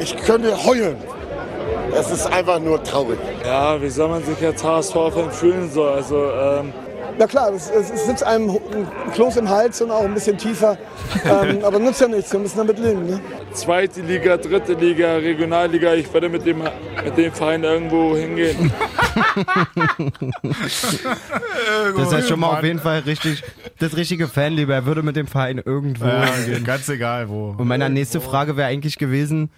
Ich könnte heulen. Es ist einfach nur traurig. Ja, wie soll man sich jetzt HSV-Fan fühlen? So, also, ähm, Na klar, es, es es sitzt einem ho- ein Kloß im Hals und auch ein bisschen tiefer. ähm, aber nutzt ja nichts, wir müssen damit leben. Ne? zweite Liga, dritte Liga, Regionalliga, ich werde mit dem, mit dem Verein irgendwo hingehen. Das ist schon mal auf jeden Fall richtig, das richtige Fanliebe. Er würde mit dem Verein irgendwo Ja, hingehen. ganz egal wo. Und meine nächste Frage wäre eigentlich gewesen,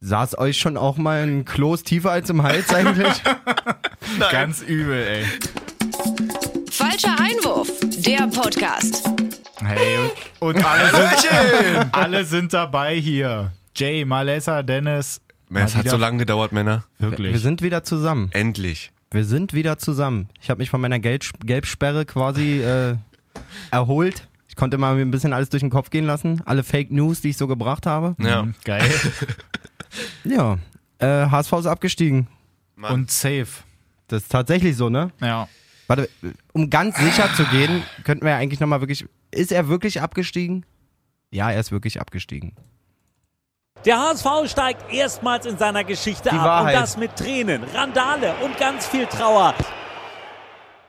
saß euch schon auch mal ein Kloß tiefer als im Hals eigentlich? Ganz übel, ey. Falscher Einwurf, der Podcast. Hey, und alle sind, alle sind dabei hier. Jay, Malessa, Dennis. Es hat Adidas. so lange gedauert, Männer. Wirklich. Wir sind wieder zusammen. Endlich. Wir sind wieder zusammen. Ich habe mich von meiner Gelb Gelbsperre quasi äh, erholt. Ich konnte mal mir ein bisschen alles durch den Kopf gehen lassen. Alle Fake News, die ich so gebracht habe. Ja. Mhm, Geil. Ja, äh, HSV ist abgestiegen. Mann. Und safe. Das ist tatsächlich so, ne? Ja. Warte, um ganz sicher zu gehen, könnten wir ja eigentlich nochmal wirklich. Ist er wirklich abgestiegen? Ja, er ist wirklich abgestiegen. Der HSV steigt erstmals in seiner Geschichte Die ab Wahrheit. und das mit Tränen, Randale und ganz viel Trauer.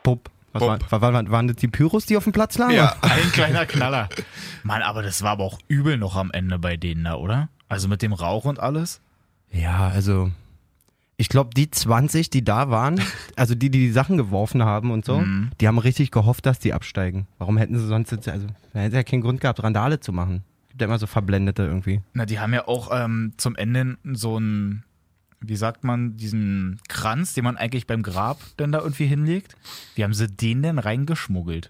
Pup. Was Pup. War, war, war, waren das die Pyros, die auf dem Platz lagen? Ja. Ein kleiner Knaller. Mann, aber das war aber auch übel noch am Ende bei denen da, oder? Also mit dem Rauch und alles. Ja, also. Ich glaube, die 20, die da waren, also die, die die Sachen geworfen haben und so, Mhm. die haben richtig gehofft, dass die absteigen. Warum hätten sie sonst jetzt, also, da hätte ja keinen Grund gehabt, Randale zu machen. Gibt ja immer so Verblendete irgendwie. Na, die haben ja auch ähm, zum Ende so einen, wie sagt man, diesen Kranz, den man eigentlich beim Grab denn da irgendwie hinlegt. Wie haben sie den denn reingeschmuggelt?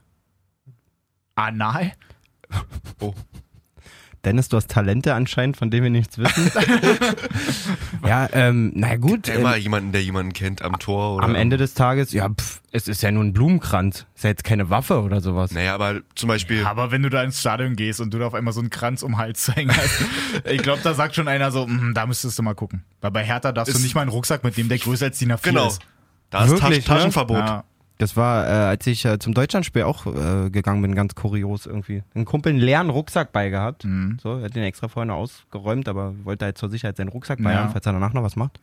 Anal? Dennis, du hast Talente anscheinend, von denen wir nichts wissen. ja, ähm, na gut. Der ähm, Immer jemanden, der jemanden kennt am Tor oder. am Ende des Tages, ja, pff, es ist ja nur ein Blumenkranz. Ist ja jetzt keine Waffe oder sowas. Naja, aber zum Beispiel. Aber wenn du da ins Stadion gehst und du da auf einmal so einen Kranz um den Hals zu hängen hast, ich glaube, da sagt schon einer so, "Mm, da müsstest du mal gucken. Weil bei Hertha darfst du Ist- nicht mal einen Rucksack mitnehmen, der größer als DIN A4 genau. ist. Da ist Wirklich, Taschen ne? Taschenverbot. Ja. Das war, äh, als ich äh, zum Deutschlandspiel auch äh, gegangen bin, ganz kurios irgendwie. Ein Kumpel einen leeren Rucksack bei gehabt. So, er hat den extra vorhin ausgeräumt, aber wollte halt zur Sicherheit seinen Rucksack bei Ja. haben, falls er danach noch was macht.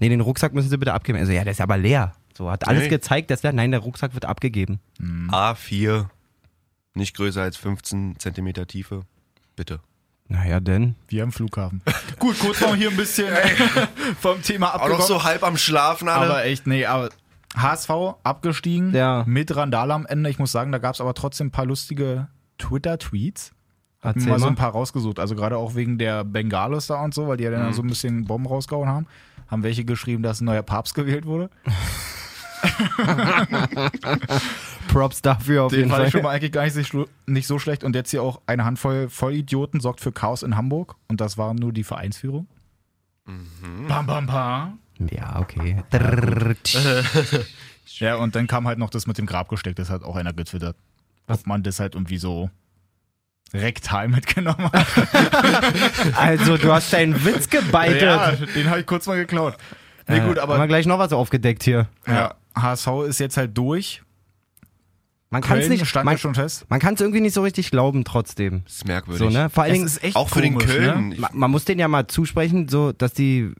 Nee, den Rucksack müssen Sie bitte abgeben. Also ja, der ist aber leer. So, hat alles Nee. gezeigt, dass leer. Nein, der Rucksack wird abgegeben. A4. Nicht größer als 15 Zentimeter Tiefe. Bitte. Naja, denn. Wie am Flughafen. Gut, kurz noch hier ein bisschen vom Thema Auch noch abgekommen. so halb am Schlafen alle. Genau. aber echt, nee, aber HSV abgestiegen Ja. mit Randale am Ende. Ich muss sagen, da gab es aber trotzdem ein paar lustige Twitter-Tweets. Hab mir Erzähl mal so mal. ein paar rausgesucht. Also gerade auch wegen der Bengalos da und so, weil die ja dann so ein bisschen Bomben rausgehauen haben. Haben welche geschrieben, dass ein neuer Papst gewählt wurde. Props dafür auf Den jeden fand Fall. ich schon mal eigentlich gar nicht, so schlu- nicht so schlecht. Und jetzt hier auch eine Handvoll Vollidioten sorgt für Chaos in Hamburg. Und das war nur die Vereinsführung. Bam, bam, bam. Ja, okay. Drrrr, tsch. Ja, und dann kam halt noch das mit dem Grabgesteck. Das hat auch einer getwittert. Ob man das halt irgendwie so rektal mitgenommen hat. also, du hast deinen Witz gebeitet. ja, den habe ich kurz mal geklaut. Nee, gut, Äh, Haben wir aber gleich noch was aufgedeckt hier. ja, HSV ist jetzt halt durch. Man kann es Köln nicht, stand man, ja schon fest. man kann's irgendwie nicht so richtig glauben trotzdem. Das ist merkwürdig. So, ne? Vor allen Dingen, echt Auch für den komisch, ne? Köln. ma, man muss denen ja mal zusprechen, so, dass die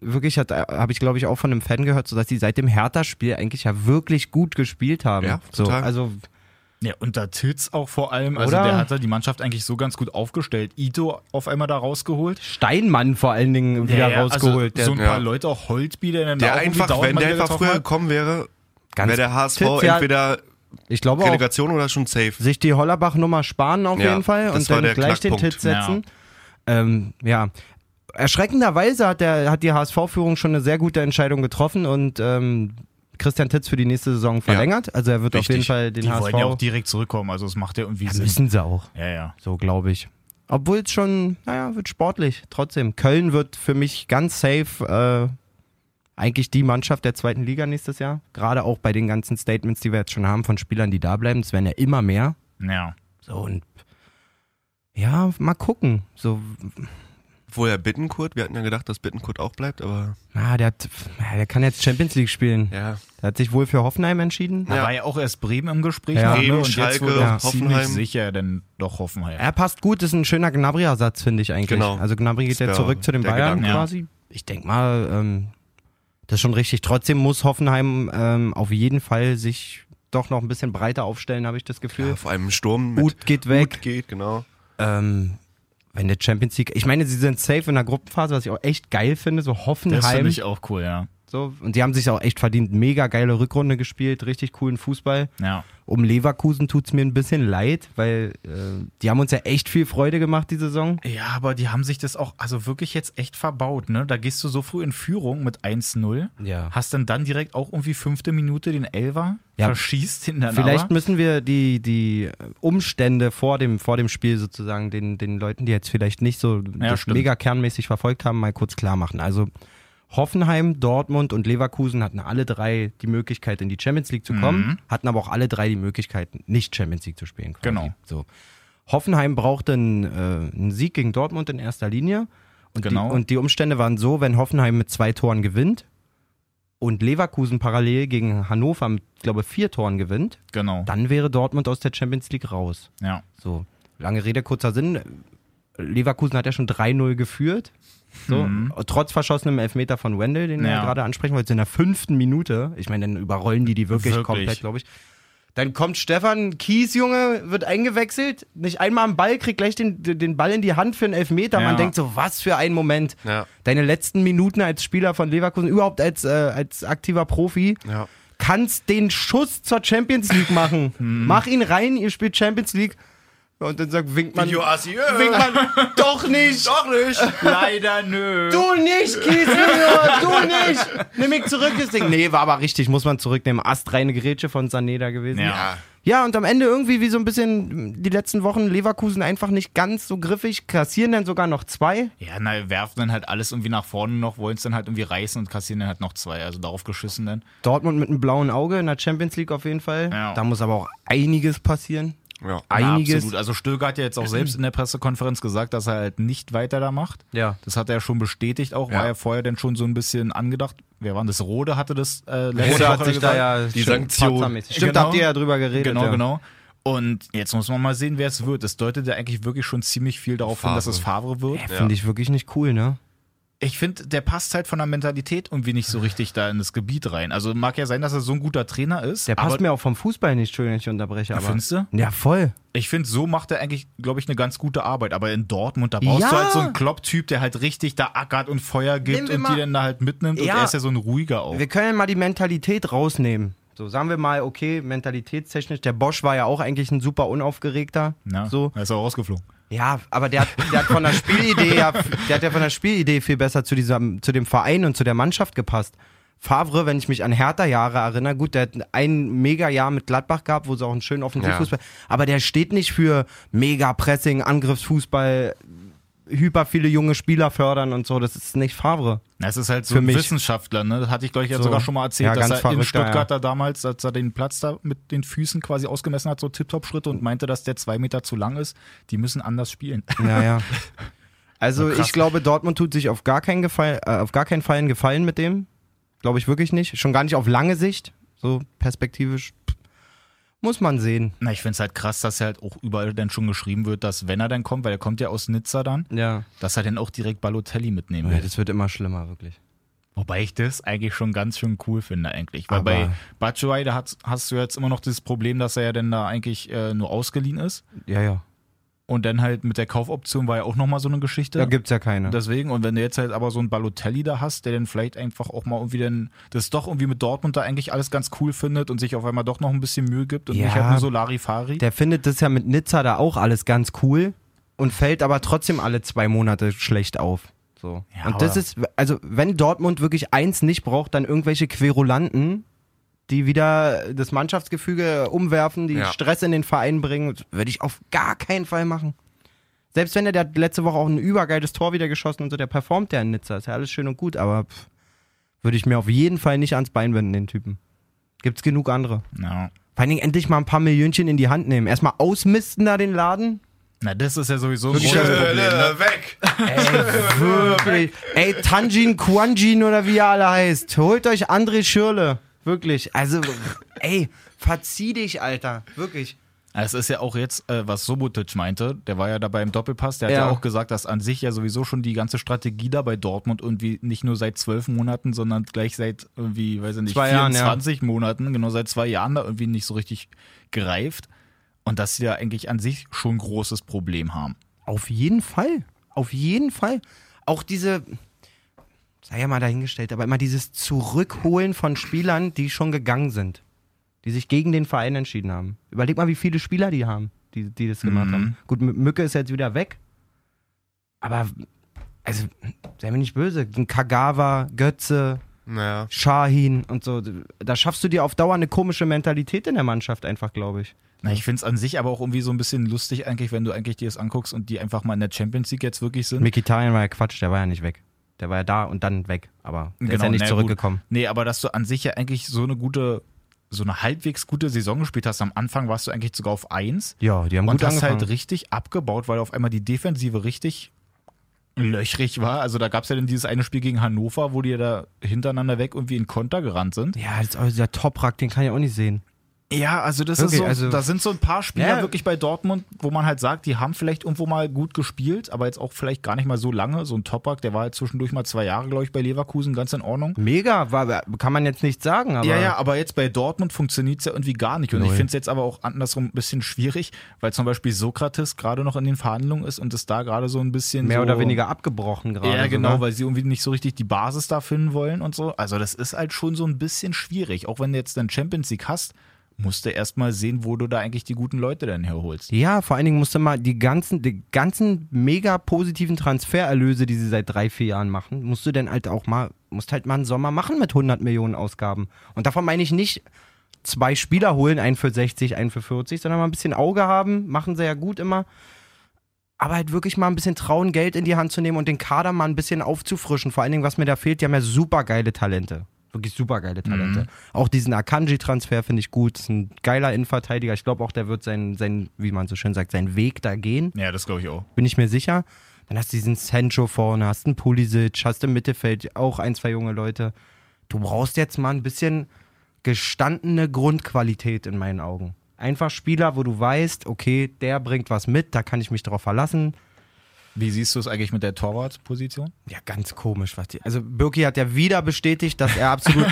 wirklich, hat, habe ich glaube ich auch von einem Fan gehört, so dass die seit dem Hertha-Spiel eigentlich ja wirklich gut gespielt haben. Ja, so, total. also, Ja, unter Titz auch vor allem. Also Oder? der hat da die Mannschaft eigentlich so ganz gut aufgestellt. Ito auf einmal da rausgeholt. Steinmann vor allen Dingen wieder rausgeholt. Also, so der, ein paar Ja. Leute auch Holtby, der, dann Der auch irgendwie einfach, dauernd wenn mal der wieder einfach getroffen früher hat. gekommen wäre, ganz wäre der HSV Titz ja- entweder ich glaube auch, Relegation oder schon safe. sich die Hollerbach-Nummer sparen auf Ja, jeden Fall das und war dann der gleich den Knackpunkt. Tit setzen. Ja. Ähm, ja. Erschreckenderweise hat, der, hat die HSV-Führung schon eine sehr gute Entscheidung getroffen und ähm, Christian Titz für die nächste Saison verlängert. Also er wird auf Richtig. jeden Fall den Die HSV. wollen ja auch direkt zurückkommen. Also es macht ja irgendwie Ja, Sinn. müssen sie auch, Ja, ja. so glaube ich. Obwohl es schon, naja, wird sportlich. Trotzdem, Köln wird für mich ganz safe äh, eigentlich die Mannschaft der zweiten Liga nächstes Jahr. Gerade auch bei den ganzen Statements, die wir jetzt schon haben von Spielern, die da bleiben. Es werden ja immer mehr. ja. So und ja, mal gucken. So Vorher Bittenkurt. Wir hatten ja gedacht, dass Bittenkurt auch bleibt, aber Ah, der, hat, ja, der kann jetzt Champions League spielen. ja. Der hat sich wohl für Hoffenheim entschieden. Da war ja auch erst Bremen im Gespräch. Ja. noch, Bremen, ne? Und jetzt Schalke, wurde Ja. ziemlich Hoffenheim. sicher denn doch Hoffenheim. Er passt gut, ist ein schöner Gnabry-Ersatz, finde ich eigentlich. Genau. Also Gnabry geht Das wär ja zurück zu den der Bayern Gedanke, ja. quasi. Ich denke mal, ähm, das ist schon richtig. Trotzdem muss Hoffenheim ähm, auf jeden Fall sich doch noch ein bisschen breiter aufstellen, habe ich das ja, Gefühl. vor allem im Sturm mit Gut geht weg. Uth geht, genau. Ähm, wenn der Champions League, ich meine, sie sind safe in der Gruppenphase, was ich auch echt geil finde, so Das finde Hoffenheim. ich auch cool, ja. So, und die haben sich auch echt verdient. Mega geile Rückrunde gespielt, richtig coolen Fußball. Ja. Um Leverkusen tut's mir ein bisschen leid, weil äh, die haben uns ja echt viel Freude gemacht die Saison. Ja, aber die haben sich das auch, also wirklich jetzt echt verbaut, ne? Da gehst du so früh in Führung mit 1-0, Ja. hast dann dann direkt auch irgendwie fünfte Minute den Elfer, Ja. verschießt hintereinander. Vielleicht müssen wir die, die Umstände vor dem, vor dem Spiel sozusagen den, den Leuten, die jetzt vielleicht nicht so das stimmt. mega kernmäßig verfolgt haben, mal kurz klar machen. Also Hoffenheim, Dortmund und Leverkusen hatten alle drei die Möglichkeit, in die Champions League zu Mhm. kommen, hatten aber auch alle drei die Möglichkeit, nicht Champions League zu spielen. Quasi. Genau. So. Hoffenheim brauchte einen, äh, einen Sieg gegen Dortmund in erster Linie. Und, Genau. die, und die Umstände waren so, wenn Hoffenheim mit zwei Toren gewinnt und Leverkusen parallel gegen Hannover mit, glaube vier Toren gewinnt, Genau. dann wäre Dortmund aus der Champions League raus. Ja. So, lange Rede, kurzer Sinn. Leverkusen hat ja schon 3-0 geführt. So, Trotz verschossenem Elfmeter von Wendel, den Mhm. Ja. wir gerade ansprechen wollten, in der fünften Minute. Ich meine, dann überrollen die die wirklich, Wirklich. komplett, glaube ich. Dann kommt Stefan Kies, Junge, wird eingewechselt, nicht einmal am Ball, kriegt gleich den, den Ball in die Hand für einen Elfmeter. Ja. Man denkt so, was für ein Moment. Ja. Deine letzten Minuten als Spieler von Leverkusen, überhaupt als, äh, als aktiver Profi Ja. kannst den Schuss zur Champions League machen. Hm. Mach ihn rein, ihr spielt Champions League. Und dann sagt, winkt man, winkt Assi, äh. man, doch nicht, Doch nicht. Leider nö. du nicht, Kies Junior, du nicht. Nimm mich zurück, das Ding. Nee, war aber richtig, muss man zurücknehmen. Astreine Gerätsche von Sané da gewesen. Ja. Ja, und am Ende irgendwie wie so ein bisschen die letzten Wochen Leverkusen einfach nicht ganz so griffig, kassieren dann sogar noch zwei. Ja, na, werfen dann halt alles irgendwie nach vorne noch, wollen es dann halt irgendwie reißen und kassieren dann halt noch zwei. Also darauf geschissen dann. Dortmund mit einem blauen Auge in der Champions League auf jeden Fall. Ja. Da muss aber auch einiges passieren. Ja. Ja, Einiges. absolut. Also Stöger hat ja jetzt auch selbst in der Pressekonferenz gesagt, dass er halt nicht weiter da macht. Ja. Das hat er schon bestätigt auch, Ja. war ja vorher dann schon so ein bisschen angedacht. Wer war denn das? Rode hatte das äh, Oder letzte Woche hat sich gesagt. da ja Die stimmt, Sanktion. Potsdam-mäßig. Stimmt, Genau. habt ihr ja drüber geredet. Genau, ja. genau. Und jetzt muss man mal sehen, wer es wird. Es deutet ja eigentlich wirklich schon ziemlich viel darauf hin, dass es Favre wird. Finde ich wirklich nicht cool, ne? Ich finde, der passt halt von der Mentalität irgendwie nicht so richtig da in das Gebiet rein. Also mag ja sein, dass er so ein guter Trainer ist. Der passt aber mir auch vom Fußball nicht, schön, wenn ich unterbreche. Aber Findest du? ja, voll. Ich finde, so macht er eigentlich, glaube ich, eine ganz gute Arbeit. Aber in Dortmund, da brauchst Ja. du halt so einen Klopp-Typ, der halt richtig da ackert und Feuer gibt Nehmen wir und die mal- dann da halt mitnimmt. Und Ja. er ist ja so ein ruhiger auch. Wir können ja mal die Mentalität rausnehmen. So, sagen wir mal, okay, mentalitätstechnisch, der Bosch war ja auch eigentlich ein super unaufgeregter. Na, So. ne? Er ist auch rausgeflogen. Ja, aber der hat, der hat von der Spielidee ja, der hat ja von der Spielidee viel besser zu diesem, zu dem Verein und zu der Mannschaft gepasst. Favre, wenn ich mich an Hertha-Jahre erinnere, gut, der hat ein Mega-Jahr mit Gladbach gehabt, wo sie auch einen schönen Offensivfußball, aber der steht nicht für Mega-Pressing, Angriffsfußball, hyper viele junge Spieler fördern und so, das ist nicht Favre. Das ist halt so Für ein mich. Wissenschaftler, ne? Das hatte ich, glaube ich, ja So. sogar schon mal erzählt, Ja, dass ganz er in verrückter, Stuttgart da damals, als er den Platz da mit den Füßen quasi ausgemessen hat, so Tip-Top-Schritte und meinte, dass der zwei Meter zu lang ist. Die müssen anders spielen. Ja, ja. Also krass. ich glaube, Dortmund tut sich auf gar keinen Gefallen, äh, auf gar keinen Fall einen Gefallen mit dem. Glaube ich wirklich nicht. Schon gar nicht auf lange Sicht. So perspektivisch pff, muss man sehen. Na, ich finde es halt krass, dass er halt auch überall dann schon geschrieben wird, dass wenn er dann kommt, weil er kommt ja aus Nizza dann, Ja. dass er dann auch direkt Balotelli mitnehmen Oh ja will. das wird immer schlimmer, wirklich. Wobei ich das eigentlich schon ganz schön cool finde eigentlich. Weil Aber- bei Batshuayi, da hast, hast du jetzt immer noch das Problem, dass er ja dann da eigentlich äh, nur ausgeliehen ist. Ja, ja. Und dann halt mit der Kaufoption war ja auch nochmal so eine Geschichte. Da gibt's ja keine. Deswegen, und wenn du jetzt halt aber so einen Balotelli da hast, der dann vielleicht einfach auch mal irgendwie dann das doch irgendwie mit Dortmund da eigentlich alles ganz cool findet und sich auf einmal doch noch ein bisschen Mühe gibt und Ja. nicht halt nur so Larifari. Der findet das ja mit Nizza da auch alles ganz cool und fällt aber trotzdem alle zwei Monate schlecht auf. So. Ja, und das aber- ist, also wenn Dortmund wirklich eins nicht braucht, dann irgendwelche Querulanten, die wieder das Mannschaftsgefüge umwerfen, die Ja. Stress in den Verein bringen, Das würde ich auf gar keinen Fall machen. Selbst wenn er der hat letzte Woche auch ein übergeiles Tor wieder geschossen und so, der performt ja in Nizza, ist ja alles schön und gut, aber pff, würde ich mir auf jeden Fall nicht ans Bein wenden, den Typen. Gibt's genug andere. Vor ja. allen Dingen endlich mal ein paar Millionchen in die Hand nehmen. Erstmal ausmisten da den Laden. Na, das ist ja sowieso ein Die großes äh, Problem. Schöne Ne? weg! Ey, wirklich. Ey, Tanjin Quanjin oder wie er alle heißt. Holt euch André Schürle. Wirklich. Also, ey, verzieh dich, Alter. Wirklich. Es ist ja auch jetzt, äh, was Sobotic meinte, der war ja dabei im Doppelpass, der hat ja. Ja. auch gesagt, dass an sich ja sowieso schon die ganze Strategie da bei Dortmund irgendwie nicht nur seit zwölf Monaten, sondern gleich seit irgendwie, weiß ich nicht, Zwei Jahren, ja. 24 Monaten, genau seit zwei Jahren da irgendwie nicht so richtig greift. Und dass sie da eigentlich an sich schon ein großes Problem haben. Auf jeden Fall. Auf jeden Fall. Auch diese, sei ja mal dahingestellt, aber immer dieses Zurückholen von Spielern, die schon gegangen sind. Die sich gegen den Verein entschieden haben. Überleg mal, wie viele Spieler die haben, die, die das gemacht haben. Gut, M- Mücke ist jetzt wieder weg. Aber, also, sei mir nicht böse. Kagawa, Götze, Naja. Shahin und so. Da schaffst du dir auf Dauer eine komische Mentalität in der Mannschaft einfach, glaube ich. Na, ich finde es an sich aber auch irgendwie so ein bisschen lustig, eigentlich, wenn du eigentlich dir das anguckst und die einfach mal in der Champions League jetzt wirklich sind. Mkhitaryan war ja Quatsch, der war ja nicht weg. Der war ja da und dann weg, aber der ist ja nicht Genau, na gut. zurückgekommen. Nee, aber dass du an sich ja eigentlich so eine gute, so eine halbwegs gute Saison gespielt hast. Am Anfang warst du eigentlich sogar auf 1 Ja, die haben und gut hast angefangen. halt richtig abgebaut, weil auf einmal die Defensive richtig löchrig war. Also da gab es ja dann dieses eine Spiel gegen Hannover, wo die ja da hintereinander weg irgendwie in Konter gerannt sind. ja, das ist auch dieser Toprak, den kann ich auch nicht sehen. Ja, also das Wirklich, ist so, also- da sind so ein paar Spieler Ja. wirklich bei Dortmund, wo man halt sagt, die haben vielleicht irgendwo mal gut gespielt, aber jetzt auch vielleicht gar nicht mal so lange. So ein Topak, der war halt zwischendurch mal zwei Jahre, glaube ich, bei Leverkusen, ganz in Ordnung. Mega, war, kann man jetzt nicht sagen, aber ja, ja, aber jetzt bei Dortmund funktioniert es ja irgendwie gar nicht. Und ich Null. finde es jetzt aber auch andersrum ein bisschen schwierig, weil zum Beispiel Sokrates gerade noch in den Verhandlungen ist und es da gerade so ein bisschen mehr so, oder weniger abgebrochen gerade. Ja, genau, so, ne? weil sie irgendwie nicht so richtig die Basis da finden wollen und so. Also das ist halt schon so ein bisschen schwierig. Auch wenn du jetzt dann Champions League hast, musst du erstmal sehen, wo du da eigentlich die guten Leute dann herholst. Ja, vor allen Dingen musste mal die ganzen, die ganzen mega positiven Transfererlöse, die sie seit drei, vier Jahren machen, musst du denn halt auch mal, musst halt mal einen Sommer machen mit 100 Millionen Ausgaben. Und davon meine ich nicht zwei Spieler holen, einen für 60, einen für 40, sondern mal ein bisschen Auge haben, machen sie ja gut immer. Aber halt wirklich mal ein bisschen trauen, Geld in die Hand zu nehmen und den Kader mal ein bisschen aufzufrischen. Vor allen Dingen, was mir da fehlt, die haben ja super geile Talente. Wirklich super geile Talente. Auch diesen Akanji-Transfer finde ich gut. Ist ein geiler Innenverteidiger. Ich glaube auch, der wird seinen, sein, wie man so schön sagt, seinen Weg da gehen. Ja, das glaube ich auch. Bin ich mir sicher. Dann hast du diesen Sancho vorne, hast einen Pulisic, hast im Mittelfeld auch ein, zwei junge Leute. Du brauchst jetzt mal ein bisschen gestandene Grundqualität in meinen Augen. Einfach Spieler, wo du weißt, okay, der bringt was mit, da kann ich mich drauf verlassen. Wie siehst du es eigentlich mit der Torwartposition? Ja, ganz komisch, was die. Also Birki hat ja wieder bestätigt, dass er absolut.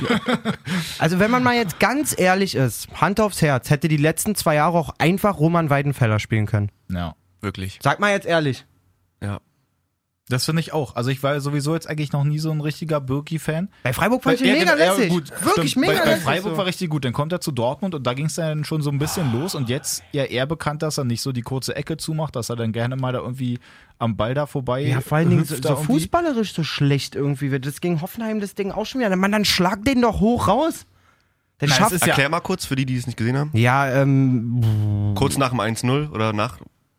also wenn man mal jetzt ganz ehrlich ist, Hand aufs Herz, hätte die letzten zwei Jahre auch einfach Roman Weidenfeller spielen können. Ja. Wirklich. Sag mal jetzt ehrlich. Ja. Das finde ich auch. Also ich war sowieso jetzt eigentlich noch nie so ein richtiger Birki-Fan. Bei Freiburg fand ich ihn Ja, mega genau, ja, lässig. gut, Wirklich stimmt. mega bei, bei lässig. Freiburg so. war richtig gut. Dann kommt er zu Dortmund und da ging es dann schon so ein bisschen los. Und jetzt ja eher bekannt, dass er nicht so die kurze Ecke zumacht, dass er dann gerne mal da irgendwie am Ball da vorbei. ja, vor allen Dingen so, hüpft da um so irgendwie. fußballerisch so schlecht irgendwie wird. Das gegen Hoffenheim das Ding auch schon wieder. Mann, dann schlag den doch hoch raus. Dann Nein, es schafft ist Erklär mal kurz für die, die es nicht gesehen haben. Ja, ähm, Kurz nach dem 1-0 oder nach.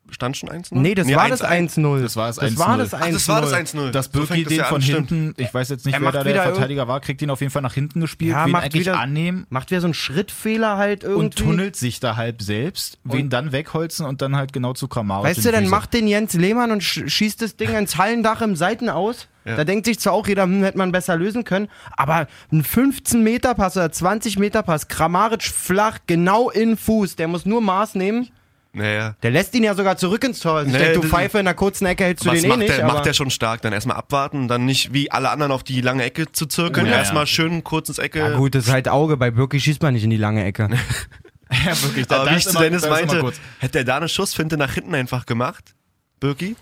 Stand schon 1-0? nee, das war das 1-0. Das war das Das war 1-0. das 1-0. Ach, das war das 1-0. Dass So Birki fängt das den ja an, von stimmt. hinten, ich weiß jetzt nicht, Er wer macht da der wieder irg- Verteidiger war, kriegt ihn auf jeden Fall nach hinten gespielt, Ja, wen macht eigentlich wieder- annehmen Macht wieder so einen Schrittfehler halt irgendwie. und tunnelt sich da halb selbst, wen dann wegholzen und dann halt genau zu Kamara. Weißt du, dann macht den Jens Lehmann und sch schießt das Ding ins Hallendach im Seiten aus. Da denkt sich zwar auch jeder, hm, hätte man besser lösen können, aber ein 15-Meter-Pass oder 20-Meter-Pass, Kramaric flach, genau in Fuß, der muss nur Maß nehmen. Naja. Der lässt ihn ja sogar zurück ins Tor. Nee, Nee, du das- Pfeife in der kurzen Ecke hältst du Was den eh macht, nicht. der, aber macht der schon stark? Dann erstmal abwarten, dann nicht wie alle anderen auf die lange Ecke zu zirkeln. Ja, erstmal ja. schön kurz ins Ecke. ja gut, das ist halt Auge, bei Birki schießt man nicht in die lange Ecke. ja, wirklich, da, Aber da wie ist ich zu immer- Dennis da ist immer meinte, kurz. hätte er da eine Schussfinte nach hinten einfach gemacht, Birki.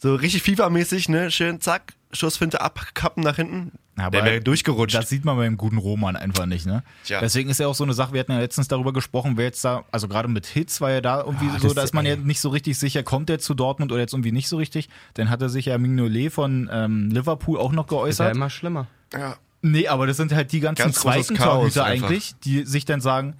So richtig FIFA-mäßig, ne? Schön, zack, Schussfinte abkappen nach hinten. Aber der wäre durchgerutscht. Das sieht man beim guten Roman einfach nicht, ne? Tja. Deswegen ist ja auch so eine Sache, wir hatten ja letztens darüber gesprochen, wer jetzt da, also gerade mit Hits war ja da irgendwie so, da ist man ja nicht so richtig sicher, kommt der zu Dortmund oder jetzt irgendwie nicht so richtig. Dann hatte sich ja Mignolet von ähm, Liverpool auch noch Ist ja geäußert. immer schlimmer. Nee, aber das sind halt die ganzen Ganz großes zweiten Chaos Torhüter einfach. eigentlich, die sich dann sagen,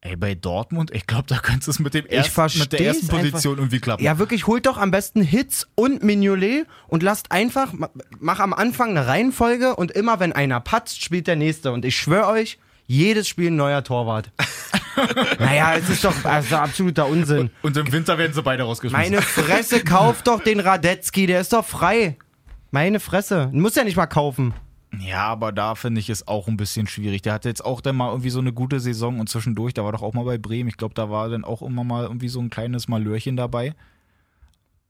ey, bei Dortmund, ich glaube, da könnte es mit, dem ersten, mit der versteh's ersten Position einfach. irgendwie klappen. Ja, wirklich, holt doch am besten Hits und Mignolet und lasst einfach, ma- mach am Anfang eine Reihenfolge und immer wenn einer patzt, spielt der nächste. Und ich schwöre euch, Jedes Spiel ein neuer Torwart. naja, es ist doch also absoluter Unsinn. Und im Winter werden sie beide rausgeschmissen. äh, Meine Fresse, kauf doch den Radetzky, der ist doch frei. Meine Fresse. Muss ja nicht mal kaufen. Ja, aber da finde ich es auch ein bisschen schwierig. Der hatte jetzt auch dann mal irgendwie so eine gute Saison und zwischendurch, da war doch auch mal bei Bremen. Ich glaube, da war dann auch immer mal irgendwie so ein kleines Malörchen dabei.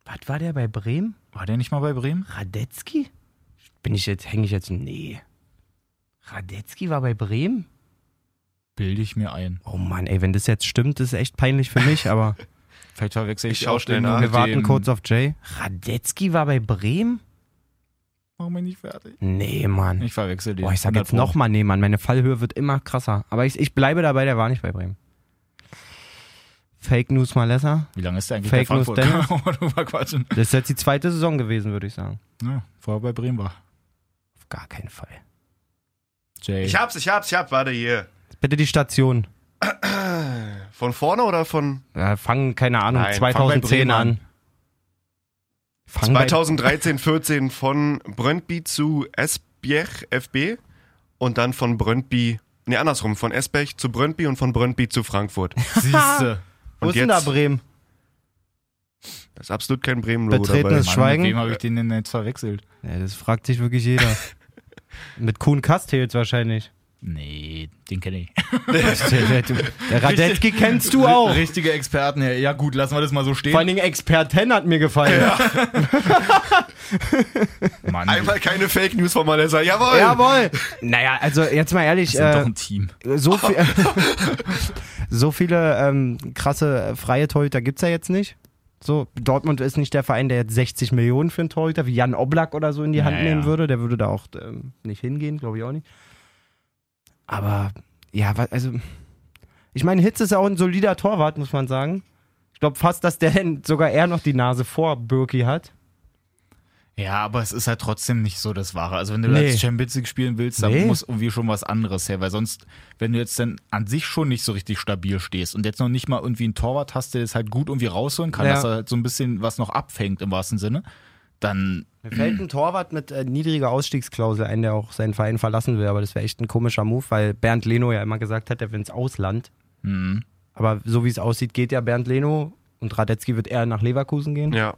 Was war der bei Bremen? War der nicht mal bei Bremen? Radetzky? Bin ich jetzt, hänge ich jetzt? Nee. Radetzky war bei Bremen? Bilde ich mir ein. Oh Mann, ey, wenn das jetzt stimmt, ist echt peinlich für mich, aber Vielleicht verwechsel ich, Ich schau auch schnell den nach. mit wir warten dem- kurz auf Jay. Radetzky war bei Bremen? Mach mich nicht fertig. Nee, Mann. Ich verwechsel den. Boah, ich sag jetzt 100 Pro. nochmal, nee, Mann, meine Fallhöhe wird immer krasser. Aber ich, ich bleibe dabei, der war nicht bei Bremen. Fake News Malessa. Wie lange ist der eigentlich Fake bei News Frankfurt? Dennis. Kann man drüber quatschen. Das ist jetzt die zweite Saison gewesen, würde ich sagen. Ja, vorher bei Bremen war. Auf gar keinen Fall. Jay. Ich hab's, ich hab's, ich hab, warte hier. Bitte die Station. Von vorne oder von Äh, fangen, keine Ahnung, Nein, fang bei 2010 Bremen an. Fang bei- 2013, 14 von Brøndby zu Esbjerg FB und dann von Brøndby, nee, andersrum, von Esbjerg zu Brøndby und von Brøndby zu Frankfurt. Siehste. Wo Und ist denn da jetzt Bremen? da ist absolut kein Bremen-Logo dabei. Betretenes- Mann, Schweigen. Mit wem habe ich den denn jetzt verwechselt? Ja, das fragt sich wirklich jeder. Mit Kuhn Castells wahrscheinlich. Nee, den kenne ich. Der, der Radetzky kennst du auch. Richtige Experten, ja. ja gut, lassen wir das mal so stehen. Vor allen Dingen Experten hat mir gefallen. Mann, Einmal Äh, keine Fake News von Malessa, jawohl! Jawohl. Naja, also jetzt mal ehrlich, wir sind doch äh, ein Team. so, viel, so viele ähm, krasse äh, freie Torhüter gibt's ja jetzt nicht. So, Dortmund ist nicht der Verein, der jetzt 60 Millionen für einen Torhüter wie Jan Oblak oder so in die Hand Naja. nehmen würde. Der würde da auch ähm, nicht hingehen, glaube ich auch nicht. Aber ja, wa- also ich meine, Hitz ist ja auch ein solider Torwart, muss man sagen. Ich glaube fast, dass der denn sogar eher noch die Nase vor Birki hat. Ja, aber es ist halt trotzdem nicht so das Wahre. Also wenn du Nee. jetzt Champions League spielen willst, dann Nee. muss irgendwie schon was anderes her, weil sonst, wenn du jetzt dann an sich schon nicht so richtig stabil stehst und jetzt noch nicht mal irgendwie einen Torwart hast, der das halt gut irgendwie rausholen kann, Ja. dass er halt so ein bisschen was noch abfängt im wahrsten Sinne, dann Mir fällt ein Torwart mit äh, niedriger Ausstiegsklausel ein, der auch seinen Verein verlassen will, aber das wäre echt ein komischer Move, weil Bernd Leno ja immer gesagt hat, er will ins Ausland. Mhm. Aber so wie es aussieht, geht ja Bernd Leno und Radetzky wird eher nach Leverkusen gehen. Ja.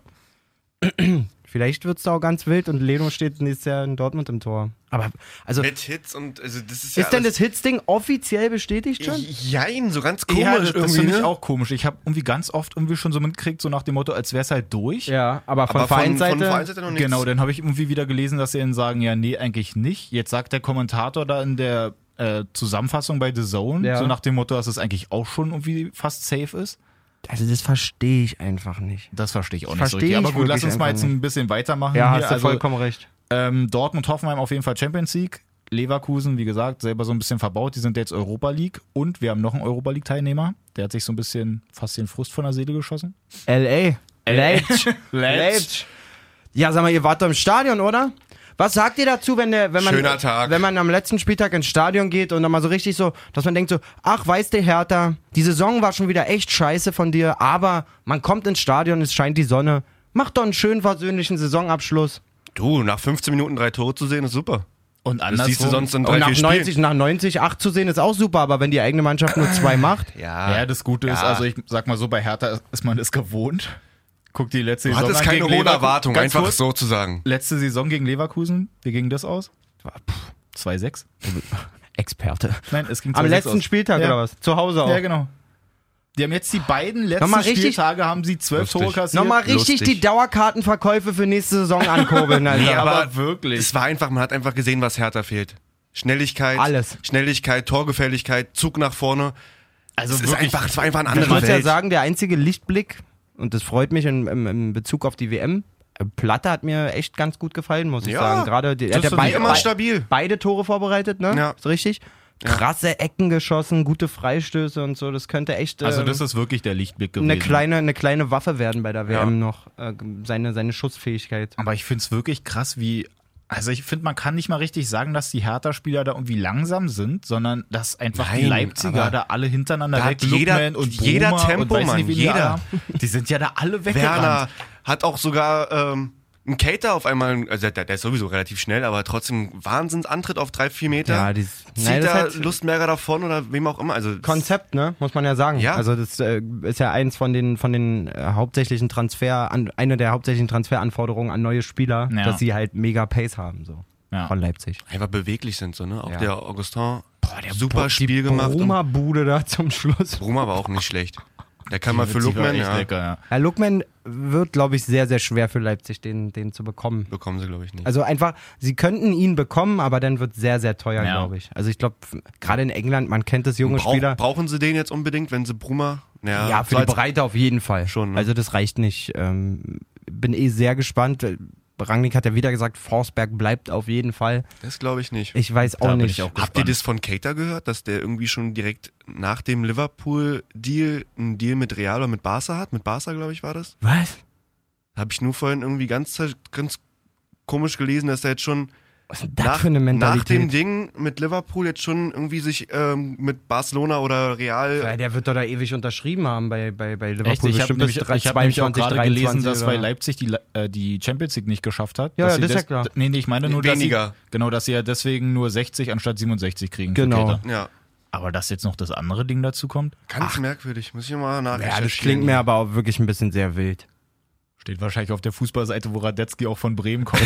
Vielleicht wird es da auch ganz wild und Leno steht nächstes Jahr in Dortmund im Tor. Aber also Mit Hits und, also das ist ja ist denn alles- das Hitzding offiziell bestätigt schon? Jein, so ganz komisch ja, das, das irgendwie, finde ich ne? auch komisch. Ich habe irgendwie ganz oft irgendwie schon so mitgekriegt, so nach dem Motto, als wäre es halt durch. ja, aber von Aber Vereinsseite. von Vereinsseite noch nichts. Genau, dann habe ich irgendwie wieder gelesen, dass sie dann sagen, ja, nee, eigentlich nicht. Jetzt sagt der Kommentator da in der äh, Zusammenfassung bei The Zone, Ja. so nach dem Motto, dass es eigentlich auch schon irgendwie fast safe ist. also das verstehe ich einfach nicht. Das verstehe ich auch Verstehe nicht so richtig. ich Aber gut, lass wirklich uns mal einfach jetzt ein bisschen weitermachen. Ja, hier. hast du also, vollkommen recht. ähm, Dortmund, Hoffenheim auf jeden Fall Champions League. Leverkusen, wie gesagt, selber so ein bisschen verbaut. Die sind jetzt Europa League. Und wir haben noch einen Europa League-Teilnehmer. Der hat sich so ein bisschen fast den Frust von der Seele geschossen. LA. Leipzig. Leipzig. Ja, sag mal, ihr wart doch im Stadion, oder? Was sagt ihr dazu, wenn, der, wenn, man, Schöner Tag. wenn man am letzten Spieltag ins Stadion geht und nochmal so richtig so, dass man denkt so, ach, weißt du, Hertha, die Saison war schon wieder echt scheiße von dir, aber man kommt ins Stadion, es scheint die Sonne. Macht doch einen schönen versöhnlichen Saisonabschluss. Du, nach 15 Minuten drei Tore zu sehen, ist super. Und Das siehst du andersrum. sonst in Und drei, nach vier 90, Spielen. nach 90, 8 zu sehen ist auch super, aber wenn die eigene Mannschaft nur zwei macht, Ja, das Gute ist, Ja. also ich sag mal so, bei Hertha ist man es gewohnt. Guck die letzte Du Saison hattest an keine gegen hohen Leverkusen. Erwartungen, Ganz einfach kurz, so zu sagen. Letzte Saison gegen Leverkusen, wie ging das aus? 2-6? Experte. Nein, es ging 2-6 Am letzten aus. Spieltag Ja. oder was? Zu Hause auch. Ja, genau. Die haben jetzt die beiden letzten Nochmal richtig- Spieltage, haben sie zwölf Lustig. Tore kassiert. Nochmal richtig die Lustig. Dauerkartenverkäufe für nächste Saison ankurbeln, Alter. Nee, aber wirklich. Es war einfach, man hat einfach gesehen, was Hertha fehlt. Schnelligkeit, Alles. Schnelligkeit, Torgefälligkeit, Zug nach vorne. Also Es, ist wirklich, einfach, es war einfach ein Ich anderer muss ja Welt. sagen, der einzige Lichtblick, und das freut mich in, im- im Bezug auf die WM, äh, Platte hat mir echt ganz gut gefallen, muss ich Ja, sagen. Gerade die, das hat ja ist wie beide- immer be- stabil. beide Tore vorbereitet, ne? Ja. Ist richtig? Krasse Ecken geschossen, gute Freistöße und so. Das könnte echt äh, also das ist wirklich der Lichtblick gewesen. eine, kleine, eine kleine Waffe werden bei der WM noch. Äh, seine, seine Schussfähigkeit. Aber ich finde es wirklich krass, wie. Also ich finde, man kann nicht mal richtig sagen, dass die Hertha-Spieler da irgendwie langsam sind, sondern dass einfach die Nein, Leipziger aber da alle hintereinander da weg, hat jeder- Lookman und jeder Bruma Tempo, und weiß Mann, nicht, wen die jeder. alle haben. Die sind ja da alle weggerannt. Werner hat auch sogar ähm, ein Cater auf einmal, also der, der ist sowieso relativ schnell, aber trotzdem Wahnsinnsantritt auf drei, vier Meter. Ja, dies- Zieht Nein, das da ist halt- Lustmerger davon oder wem auch immer. Also Konzept, ne? Muss man ja sagen. Ja. Also das äh, ist ja eins von den von den äh, hauptsächlichen Transfer an eine der hauptsächlichen Transferanforderungen an neue Spieler, Ja. dass sie halt mega Pace haben so Ja. von Leipzig. einfach beweglich sind so, ne? Auch Ja. der Augustin, der super Bo- die Spiel gemacht. und- Roma Bude da zum Schluss. Bruma war auch nicht schlecht. Der kann mal für Die war Lukman, echt ja, lecker, ja. Herr Luckmann wird glaube ich sehr sehr schwer für Leipzig den den zu bekommen. bekommen sie glaube ich nicht. Also einfach, sie könnten ihn bekommen, aber dann wird sehr, sehr teuer, Ja. glaube ich. Also ich glaube, f- gerade in England, man kennt das junge Brauch- Spieler. Brauchen sie den jetzt unbedingt, wenn sie Bruma, ja, Ja, so für die als- Breite auf jeden Fall. Schon, ne? Also das reicht nicht. Ähm, bin eh sehr gespannt. Rangnick hat ja wieder gesagt, Forsberg bleibt auf jeden Fall. das glaube ich nicht. Ich weiß auch bin nicht. ich auch Habt ihr das von Cater gehört, dass der irgendwie schon direkt nach dem Liverpool-Deal einen Deal mit Real oder mit Barca hat? Mit Barca, glaube ich, war das? Was? Habe ich nur vorhin irgendwie ganz, zer- ganz komisch gelesen, dass er jetzt schon Was ist denn das nach, für eine nach Mentalität? dem Ding mit Liverpool jetzt schon irgendwie sich ähm, mit Barcelona oder Real. ja, der wird doch da ewig unterschrieben haben bei, bei, bei Liverpool. Echt, ich habe bestimmt nämlich, bis drei- ich hab nämlich auch gerade 22, gelesen, dass bei oder- Leipzig die, Le- äh, die Champions League nicht geschafft hat. Ja, ja, dass sie das ist ja des- klar. Nee, nee, ich meine nur, dass Weniger. sie, genau, dass sie ja deswegen nur 60 anstatt 67 kriegen. für Genau. Keter. Ja, Aber dass jetzt noch das andere Ding dazu kommt, ganz merkwürdig. Muss ich mal Ja, nachrecherchieren. das klingt mir aber auch wirklich ein bisschen sehr wild. steht wahrscheinlich auf der Fußballseite, wo Radetzky auch von Bremen kommt.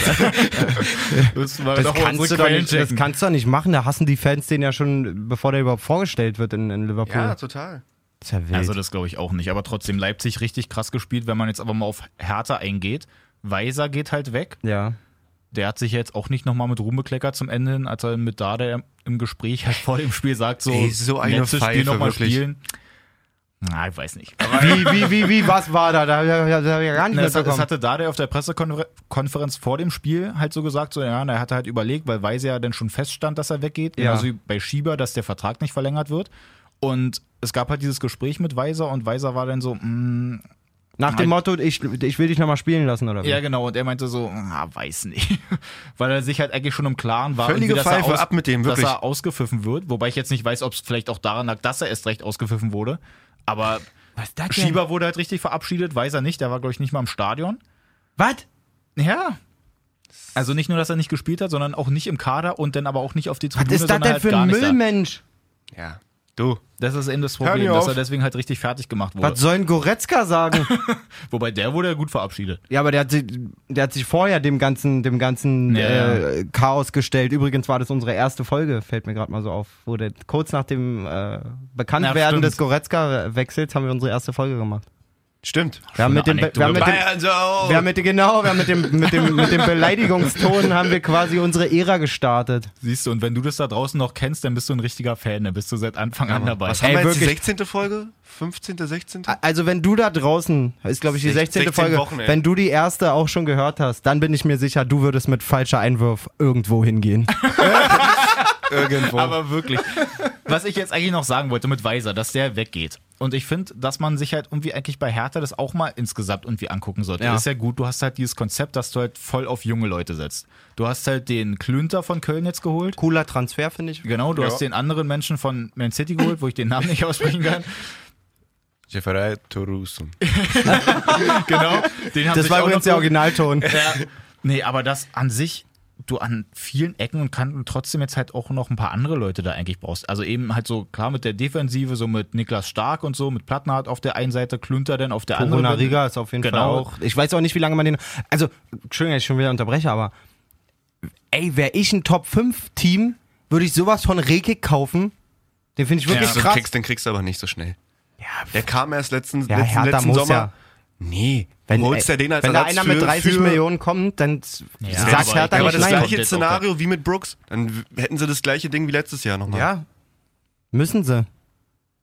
das war Das kannst, du doch nicht, das checken. kannst du doch nicht machen. Da hassen die Fans den ja schon, bevor der überhaupt vorgestellt wird in, in Liverpool. Ja, total. Das ist ja wild. Also das glaube ich auch nicht. Aber trotzdem Leipzig richtig krass gespielt, wenn man jetzt aber mal auf Hertha eingeht. Weiser geht halt weg. ja. der hat sich jetzt auch nicht nochmal mit Ruhm bekleckert zum Ende, hin, als er mit Dada im Gespräch halt vor dem Spiel sagt, so, Ey, so eine letztes Spiel Pfeife, nochmal wirklich. spielen. Na, ich weiß nicht. Wie, wie, wie, wie, was war da? Da hab ich, da hab ich gar nicht Na, mehr es, hat- es bekommen. hatte Dada auf der Pressekonferenz vor dem Spiel halt so gesagt, so, ja, na, er hatte halt überlegt, weil Weise ja dann schon feststand, dass er weggeht. Ja. Also bei Schieber, dass der Vertrag nicht verlängert wird. Und es gab halt dieses Gespräch mit Weiser und Weiser war dann so, mm, Nach dem Motto, ich, ich will dich nochmal spielen lassen, oder wie? ja genau, und er meinte so, ah, weiß nicht. Weil er sich halt eigentlich schon im Klaren war, Völlige irgendwie, dass Pfeife, er aus, ab mit dem, wirklich. dass er ausgepfiffen wird. Wobei ich jetzt nicht weiß, ob es vielleicht auch daran lag, dass er erst recht ausgepfiffen wurde. Aber Was das denn? Schieber wurde halt richtig verabschiedet, weiß er nicht. Der war, glaube ich, nicht mal im Stadion. Was? Ja. Also nicht nur, dass er nicht gespielt hat, sondern auch nicht im Kader und dann aber auch nicht auf die Was Tribüne. ist das sondern denn halt für gar ein nicht da. Müllmensch? Ja. Du. Das ist eben das mir Problem, dass auf. er deswegen halt richtig fertig gemacht wurde. Was soll ein Goretzka sagen? Wobei der wurde ja gut verabschiedet. ja, aber der hat, sich, der hat sich vorher dem ganzen, dem ganzen Ja, äh, Chaos gestellt. Übrigens war das unsere erste Folge, fällt mir gerade mal so auf. Wo der, kurz nach dem äh, Bekanntwerden stimmt. des Goretzka-Wechsels haben wir unsere erste Folge gemacht. Stimmt. Wir haben, mit dem, wir, Anekdote. haben mit dem, Bayern so. wir haben mit genau, wir haben mit dem, mit dem, mit dem Beleidigungston haben wir quasi unsere Ära gestartet. Siehst du, und wenn du das da draußen noch kennst, dann bist du ein richtiger Fan, dann bist du seit Anfang an dabei. Was haben Ey, wir jetzt? Die wirklich. 16. Folge? 15., 16.? A- Also wenn du da draußen, ist glaube ich die 16. 16 Folge, Wochen, ey. wenn du die erste auch schon gehört hast, dann bin ich mir sicher, du würdest mit falscher Einwurf irgendwo hingehen. Irgendwo. Aber wirklich. Was ich jetzt eigentlich noch sagen wollte mit Weiser, dass der weggeht. Und ich finde, dass man sich halt irgendwie eigentlich bei Hertha das auch mal insgesamt irgendwie angucken sollte. Ja. Ist ja gut, du hast halt dieses Konzept, dass du halt voll auf junge Leute setzt. Du hast halt den Klünter von Köln jetzt geholt. Cooler Transfer finde ich. Genau, du hast den anderen Menschen von Man City geholt, wo ich den Namen nicht aussprechen kann. Jeffrey Torusen. Genau. Den haben Das sich war auch übrigens der noch geholt. Originalton. Ja. Nee, aber das an sich, du an vielen Ecken und Kanten trotzdem jetzt halt auch noch ein paar andere Leute da eigentlich brauchst. Also eben halt so, klar, mit der Defensive, so mit Niklas Stark und so, mit Plattenhardt auf der einen Seite, Klünter dann auf der anderen. Corona Riga ist auf jeden Genau. Fall auch. Ich weiß auch nicht, wie lange man den. Also, Entschuldigung, dass ich schon wieder unterbreche, aber ey, wäre ich ein Top 5 Team, würde ich sowas von Rekik kaufen. Den finde ich wirklich Den krass. kriegst, den kriegst du aber nicht so schnell. Der kam erst letzten, Ja, letzten, Hertha letzten muss Sommer. ja. Nee, Wenn, holst ey, du den als wenn da Ersatz einer für, mit 30 für, Millionen kommt, dann sagt aber Hertha ich- Ja, aber nicht das Nein. gleiche Komplett Szenario wie mit Brooks. Dann w- hätten sie das gleiche Ding wie letztes Jahr nochmal. Ja. Müssen sie.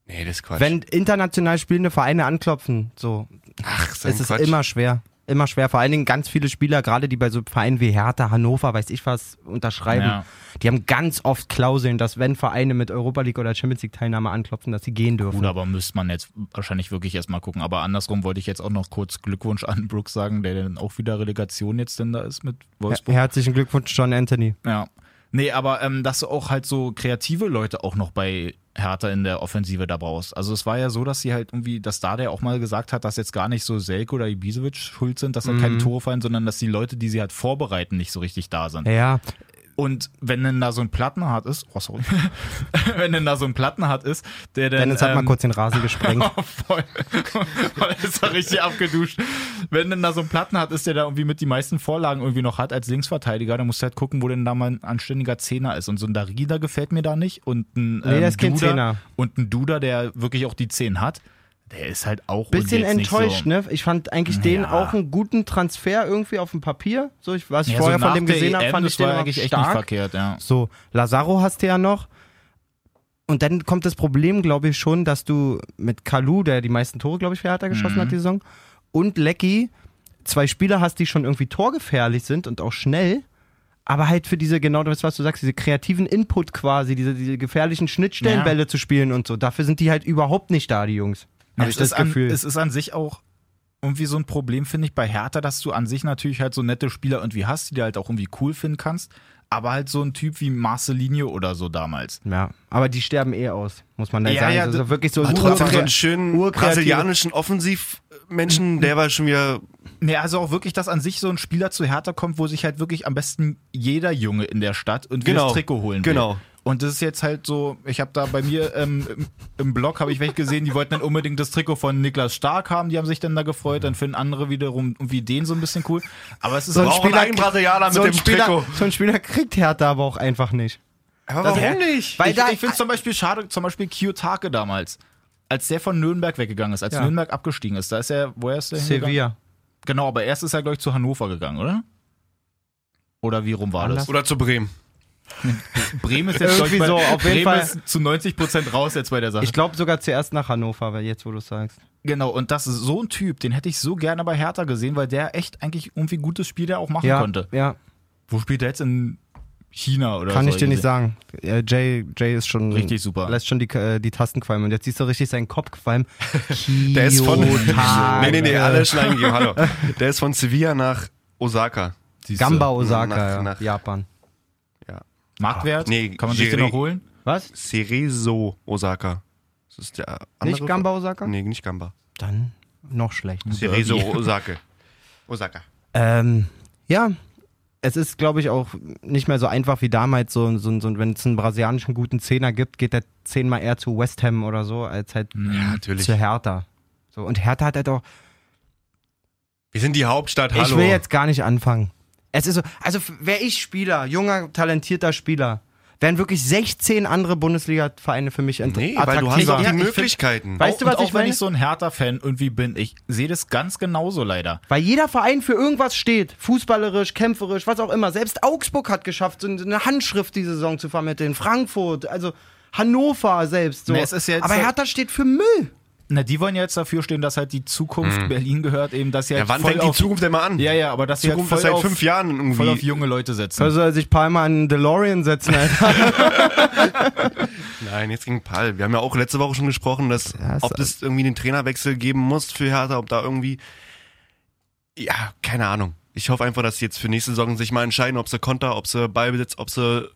Nee, das ist Quatsch. Wenn international spielende Vereine anklopfen, so, Ach, so ein ist es Quatsch. immer schwer. Immer schwer. Vor allen Dingen ganz viele Spieler, gerade die bei so Vereinen wie Hertha, Hannover, weiß ich was, unterschreiben. Ja. Die haben ganz oft Klauseln, dass wenn Vereine mit Europa League oder Champions League Teilnahme anklopfen, dass sie gehen dürfen. Gut, aber müsste man jetzt wahrscheinlich wirklich erstmal gucken. Aber andersrum wollte ich jetzt auch noch kurz Glückwunsch an Brooks sagen, der dann auch wieder Relegation jetzt denn da ist mit Wolfsburg. Her Herzlichen Glückwunsch, John Anthony. Ja. Nee, aber ähm, dass du auch halt so kreative Leute auch noch bei Hertha in der Offensive da brauchst. Also es war ja so, dass sie halt irgendwie, dass da der auch mal gesagt hat, dass jetzt gar nicht so Selke oder Ibisevic schuld sind, dass da Mhm. keine Tore fallen, sondern dass die Leute, die sie halt vorbereiten, nicht so richtig da sind. Ja, Und wenn denn da so ein Plattenhart ist, oh sorry, wenn denn da so ein Plattenhart ist, der dann Dennis hat mal ähm, kurz den Rasen gesprengt. Oh, voll. voll ist er richtig abgeduscht. Wenn denn da so ein Platten hat, ist der da irgendwie mit die meisten Vorlagen irgendwie noch hat als Linksverteidiger, dann musst du halt gucken, wo denn da mal ein anständiger Zehner ist. Und so ein Darida gefällt mir da nicht. Und ein, ähm, Nee, der ist kein Zehner. und ein Duda, der wirklich auch die Zehn hat, der ist halt auch und Bisschen jetzt nicht enttäuscht, so. ne? Ich fand eigentlich den Ja. auch einen guten Transfer irgendwie auf dem Papier. So, ich, was ich Ja, vorher so von nach dem der gesehen habe, EM, fand das ich den war immer eigentlich echt nicht stark. verkehrt, ja. So, Lazaro hast du ja noch. Und dann kommt das Problem, glaube ich, schon, dass du mit Kalu, der die meisten Tore, glaube ich, für Hertha geschossen hat die Saison, und Lecky zwei Spieler hast, die schon irgendwie torgefährlich sind und auch schnell, aber halt für diese, genau das, was du sagst, diese kreativen Input quasi, diese, diese gefährlichen Schnittstellenbälle zu spielen und so. Dafür sind die halt überhaupt nicht da, die Jungs. Ja, Habe ich das ist an, Gefühl. Es ist an sich auch irgendwie so ein Problem, finde ich, bei Hertha, dass du an sich natürlich halt so nette Spieler irgendwie hast, die du halt auch irgendwie cool finden kannst. Aber halt so ein Typ wie Marcelinho oder so damals. ja, aber die sterben eh aus, muss man da Ja, sagen. ja, also du- wirklich so Aber trotzdem so urkrea- einen schönen urkreative- brasilianischen Offensivmenschen, der war schon wieder. Nee, also auch wirklich, dass an sich so ein Spieler zu Hertha kommt, wo sich halt wirklich am besten jeder Junge in der Stadt und genau. Genau. das Trikot holen will. Genau. Und das ist jetzt halt so, ich habe da bei mir ähm, im, im Blog, habe ich welche gesehen, die wollten dann unbedingt das Trikot von Niklas Stark haben, die haben sich dann da gefreut, dann finden andere wiederum irgendwie den so ein bisschen cool. Aber es ist So ein halt- Brauchen einen Brasilianer mit so ein dem Spieler, Trikot. So ein Spieler kriegt Hertha aber auch einfach nicht. Aber warum Hä? nicht? Weil ich, da, ich finde es zum Beispiel schade, zum Beispiel Kiyotake damals, als der von Nürnberg weggegangen ist, als Ja. Nürnberg abgestiegen ist, da ist er, woher ist der hingegangen? Sevilla. Genau, aber erst ist er, glaube ich, zu Hannover gegangen, oder? Oder wie rum war Anders. Oder zu Bremen. das? Bremen ist jetzt glaub ich, Irgendwie bei- so, auf jeden Bremen Fall. ist zu 90% raus jetzt bei der Sache. Ich glaube sogar zuerst nach Hannover, weil jetzt, wo du es sagst. genau, und das ist so ein Typ, den hätte ich so gerne bei Hertha gesehen, weil der echt eigentlich irgendwie gutes Spiel da auch machen Ja, konnte. ja Wo spielt er jetzt? In China oder kann so? ich dir nicht irgendwie? sagen. Äh, Jay, Jay ist schon. Richtig super. Lässt schon die, äh, die Tasten qualmen. Und jetzt siehst du richtig seinen Kopf qualmen. Der ist von. Kiyotake. nee, nee, nee, alle schneiden gehen. Hallo. Der ist von Sevilla nach Osaka. Siehst du. Gamba Osaka, Nach- ja, nach- Japan. Marktwert? Nee, kann man sich den Jerry. noch holen? Was? Cerezo Osaka. Das ist der andere. Nicht Gamba Osaka? Nee, nicht Gamba. Dann noch schlechter. Cerezo Osaka. Osaka. Ähm, ja, es ist, glaube ich, auch nicht mehr so einfach wie damals. So, so, so, wenn es einen brasilianischen guten Zehner gibt, geht der zehnmal eher zu West Ham oder so, als halt Ja, natürlich. zu Hertha. So, und Hertha hat halt auch. Wir sind die Hauptstadt, hallo. Ich will jetzt gar nicht anfangen. Es ist so, also f- wäre ich Spieler, junger, talentierter Spieler, wären wirklich 16 andere Bundesliga-Vereine für mich inter- Nee, weil du hast attraktiver. doch die Weil, Möglichkeiten. Weißt du, Und was auch ich wenn meine? ich so ein Hertha-Fan irgendwie bin, ich sehe das ganz genauso leider. jeder Verein für irgendwas steht. Fußballerisch, kämpferisch, was auch immer. Selbst Augsburg hat geschafft, so eine Handschrift die Saison zu vermitteln. Frankfurt, also Hannover selbst. So. Nee, es ist jetzt Aber so- Hertha steht für Müll. Na, die wollen ja jetzt dafür stehen, dass halt die Zukunft Berlin gehört, eben, dass sie Mhm. ja, halt wann voll fängt die auf, Zukunft denn mal an? Ja, ja, aber dass sie halt Zukunft voll, ist seit auf, fünf Jahren voll auf irgendwie. junge Leute setzen. Da soll sich Palmer an DeLorean setzen, Alter. Nein, jetzt gegen Pall. Wir haben ja auch letzte Woche schon gesprochen, dass ist ob es irgendwie den Trainerwechsel geben muss für Hertha, ob da irgendwie. Ja, keine Ahnung. Ich hoffe einfach, dass sie jetzt für nächste Saison sich mal entscheiden, ob sie Konter, ob sie Ballbesitz, ob sie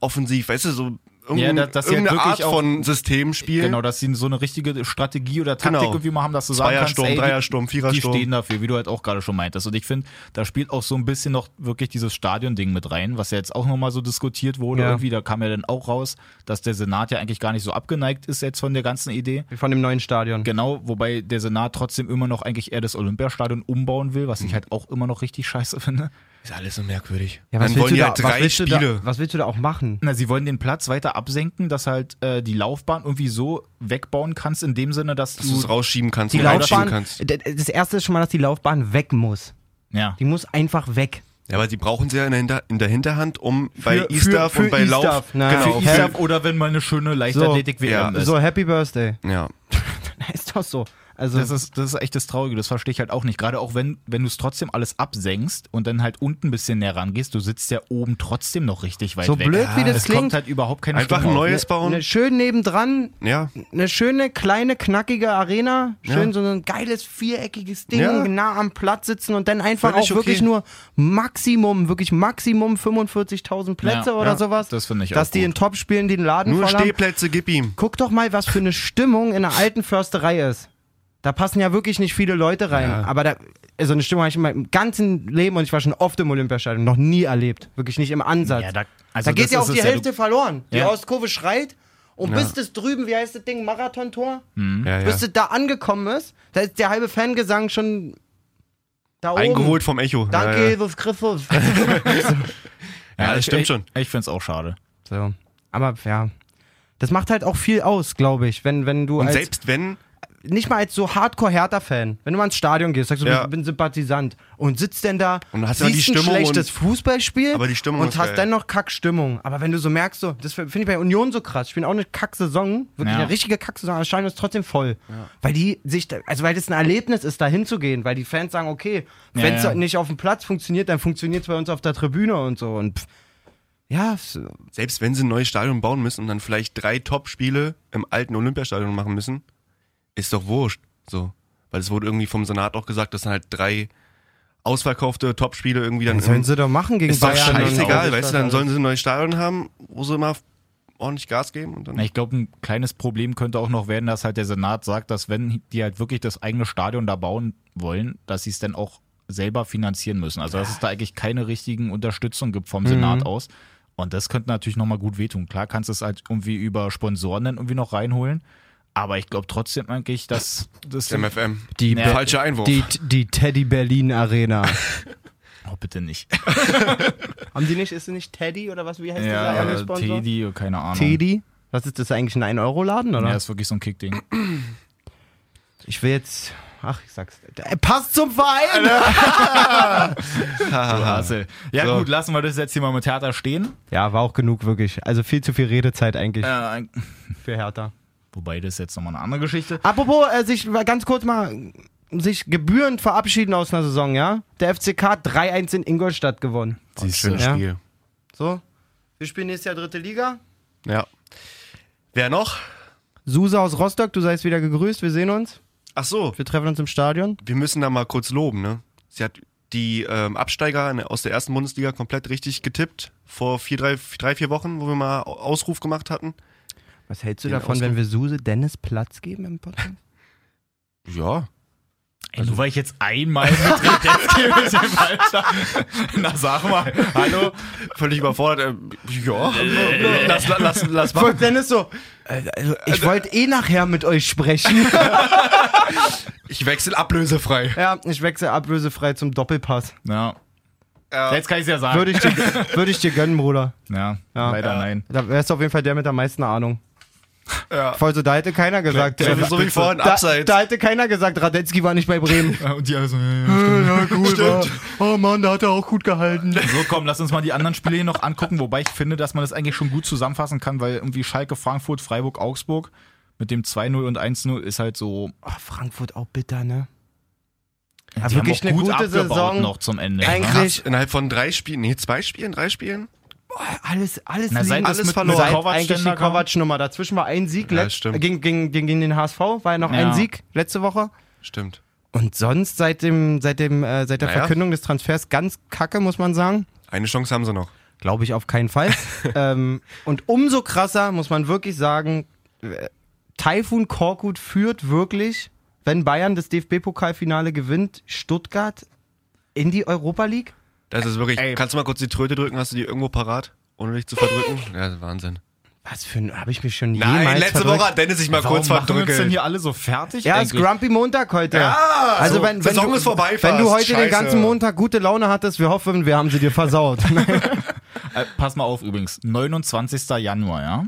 offensiv, weißt du, so irgendein, dass- dass sie halt irgendeine Art wirklich auch- von System spielen. Genau, dass sie so eine richtige Strategie oder Taktik Genau. irgendwie mal haben, dass du sagen kannst, Zweiersturm, ey, die, Dreiersturm, die Vierersturm. stehen dafür, wie du halt auch gerade schon meintest. Und ich finde, da spielt auch so ein bisschen noch wirklich dieses Stadion-Ding mit rein, was ja jetzt auch nochmal so diskutiert wurde. Ja. Irgendwie, da kam ja dann auch raus, dass der Senat ja eigentlich gar nicht so abgeneigt ist jetzt von der ganzen Idee. Von dem neuen Stadion. Genau, wobei der Senat trotzdem immer noch eigentlich eher das Olympiastadion umbauen will, was ich Mhm. halt auch immer noch richtig scheiße finde. Ist alles so merkwürdig. Ja, Dann wollen die halt was, drei willst Du da, Spiele. was willst du da auch machen? Na, sie wollen den Platz weiter absenken, dass halt äh, die Laufbahn irgendwie so wegbauen kannst, in dem Sinne, dass Dass du du. es rausschieben kannst, die und reinschieben Laufbahn, kannst. d- das erste ist schon mal, dass die Laufbahn weg muss. ja. Die muss einfach weg. Ja, aber die brauchen sie ja in der, Hinter in der Hinterhand, um bei für- Istaf für und bei Istaf, Lauf. na, genau. für Ich sag, oder wenn mal eine schöne Leichtathletik-WM Ja. ist. So, Happy Birthday. ja. Na, ist doch so. Also Das ist, das ist echt das Traurige, das verstehe ich halt auch nicht. Gerade auch wenn, wenn du es trotzdem alles absenkst und dann halt unten ein bisschen näher rangehst, du sitzt ja oben trotzdem noch richtig weit So weg. blöd, wie das es klingt. kommt halt überhaupt keine Einfach Stimme ein auf. neues bauen. ne, schön nebendran, Ja. eine schöne, kleine, knackige Arena. Schön Ja. so ein geiles, viereckiges Ding, Ja. nah am Platz sitzen und dann einfach Völlig auch wirklich okay. nur Maximum, wirklich Maximum 45.000 Plätze Ja, oder ja, sowas. das finde ich Dass auch die gut. in Top-Spielen den Laden Nur voll haben. Stehplätze, gib ihm. Guck doch mal, was für eine Stimmung in der alten Försterei ist. Da passen ja wirklich nicht viele Leute rein. Aber da, so eine Stimmung habe ich in meinem ganzen Leben und ich war schon oft im Olympiastadion noch nie erlebt. Wirklich nicht im Ansatz. Ja, da, da- also geht das ja ist auch es die ja, Hälfte du- verloren. Die Ja. Ostkurve schreit und bis das drüben, wie heißt das Ding, Marathontor, Ja, ja. bis das da angekommen ist, da ist der halbe Fangesang schon da oben. Eingeholt vom Echo. Danke, Ja, ja. Jesus Christus. ja das ich- stimmt ich, schon. Ich finde es auch schade. so. Aber ja. Das macht halt auch viel aus, glaube ich, wenn, wenn du Und als selbst wenn, nicht mal als so Hardcore-Hertha-Fan, wenn du mal ins Stadion gehst, sagst du, Ja. ich bin Sympathisant und sitzt denn da Und hast ja siehst die Stimmung ein schlechtes und- Fußballspiel aber die Stimmung und ist hast geil. dann noch Kackstimmung. Aber wenn du so merkst, so, das finde ich bei Union so krass, spielen auch eine Kacksaison, wirklich Ja. eine richtige Kacksaison, aber das Stadion ist trotzdem voll. Weil die sich, da- also weil das ein Erlebnis ist, da hinzugehen, weil die Fans sagen, okay, Ja, wenn es ja. nicht auf dem Platz funktioniert, dann funktioniert es bei uns auf der Tribüne und so und pff, ja, es- selbst wenn sie ein neues Stadion bauen müssen und dann vielleicht drei Top-Spiele im alten Olympiastadion machen müssen, ist doch wurscht. So. Weil es wurde irgendwie vom Senat auch gesagt, dass dann halt drei ausverkaufte Top-Spiele irgendwie dann. sollen sie doch machen gegen ist doch Bayern. und scheißegal, auch. weißt du, dann sollen sie ein neues Stadion haben, wo sie immer ordentlich Gas geben und dann. Na, Ich glaube, ein kleines Problem könnte auch noch werden, dass halt der Senat sagt, dass wenn die halt wirklich das eigene Stadion da bauen wollen, dass sie es dann auch selber finanzieren müssen. Also dass es da eigentlich keine richtigen Unterstützung gibt vom Senat Mhm. aus. Und das könnte natürlich nochmal gut wehtun. Klar kannst du es halt irgendwie über Sponsoren dann irgendwie noch reinholen. Aber ich glaube trotzdem eigentlich, dass das... MFM. Die Ja. Falscher Einwurf. Die, die Teddy Berlin Arena. Oh, bitte nicht. Haben die nicht, ist sie nicht Teddy oder was, wie heißt dieser Ja, äh, eine Sponsor? Teddy, oh, keine Ahnung. Teddy? Was ist das eigentlich, ein 1-Euro-Laden oder? Ja, ist wirklich so ein Kickding. ich will jetzt, ach, ich sag's. Äh, Passt zum Verein! Hassel. Ja So. gut, lassen wir das jetzt hier mal mit Hertha stehen. Ja, war auch genug, wirklich. Also viel zu viel Redezeit eigentlich Äh, für Hertha. wobei, das ist jetzt nochmal eine andere Geschichte. Apropos, äh, sich mal ganz kurz mal sich gebührend verabschieden aus einer Saison, ja? Der FCK hat 3-1 in Ingolstadt gewonnen. Schönes Ja. Spiel. So, wir spielen nächstes Jahr dritte Liga. Ja. Wer noch? Suse aus Rostock, du seist wieder gegrüßt, wir sehen uns. Ach so, Wir treffen uns im Stadion. wir müssen da mal kurz loben, ne? Sie hat die ähm, Absteiger in- aus der ersten Bundesliga komplett richtig getippt. Vor vier, drei, drei, vier Wochen, wo wir mal Au- Ausruf gemacht hatten. Was hältst du Den davon, Ausdruck. wenn wir Suse Dennis Platz geben im Podcast? Ja. Ey, nur weil ich jetzt einmal mit Redex gebe, ist ja falsch. Na, sag mal. Hallo? Völlig überfordert. ähm, ja. lass, lass, lass, lass machen. Und Dennis so, äh, also ich wollte eh nachher mit euch sprechen. Ich wechsle ablösefrei. ja, ich wechsle ablösefrei zum Doppelpass. Ja. Ja. Jetzt kann ich es ja sagen. Würde ich dir, würde ich dir gönnen, Bruder. ja, Ja. leider Ja. nein. Da wärst du auf jeden Fall der mit der meisten Ahnung. Ja. Also da hätte keiner gesagt, Ja, äh, so wie vorhin, da, abseits. da hätte keiner gesagt, Radetzky war nicht bei Bremen. Und die alle so, Äh, ja, cool, Oh Mann, da hat er auch gut gehalten. So, komm, lass uns mal die anderen Spiele hier noch angucken, wobei ich finde, dass man das eigentlich schon gut zusammenfassen kann, weil irgendwie Schalke, Frankfurt, Freiburg, Augsburg mit dem 2-0 und 1-0 ist halt so. Ah, Frankfurt auch bitter, ne? die wirklich haben auch eine gut gute abgebaut Saison. noch zum Ende. Eigentlich- ne? Krass, innerhalb von drei Spielen, nee, zwei Spielen, drei Spielen? Alles, alles Na, seit liegen- das alles mit, verloren. mit Seit Kovac eigentlich die Ständer kam, Kovac-Nummer. Dazwischen war ein Sieg Ja, letzt- stimmt. gegen, gegen, gegen, gegen den HSV, war ja noch Ja. ein Sieg letzte Woche. Stimmt. Und sonst seit dem, seit dem, äh, seit der Naja. Verkündung des Transfers ganz kacke, muss man sagen. Eine Chance haben sie noch. Glaube ich auf keinen Fall. ähm, und umso krasser muss man wirklich sagen, äh, Taifun Korkut führt wirklich, wenn Bayern das DFB-Pokalfinale gewinnt, Stuttgart in die Europa League. Das ist wirklich. Ey. Kannst du mal kurz die Tröte drücken? Hast du die irgendwo parat? Ohne dich zu verdrücken? Ja, Wahnsinn. Was für ein, habe ich mich schon Nein, jemals letzte verdrückt? Woche hat Dennis sich mal Warum kurz machen wir uns denn verdrückt. hier alle so fertig? Ja, es ist eigentlich? Grumpy Montag heute. Ja, also so, wenn, wenn Saison du, ist vorbei wenn du fast. heute den Scheiße. ganzen Montag gute Laune hattest, wir hoffen, wir haben sie dir versaut. Äh, pass mal auf übrigens. 29. Januar, ja?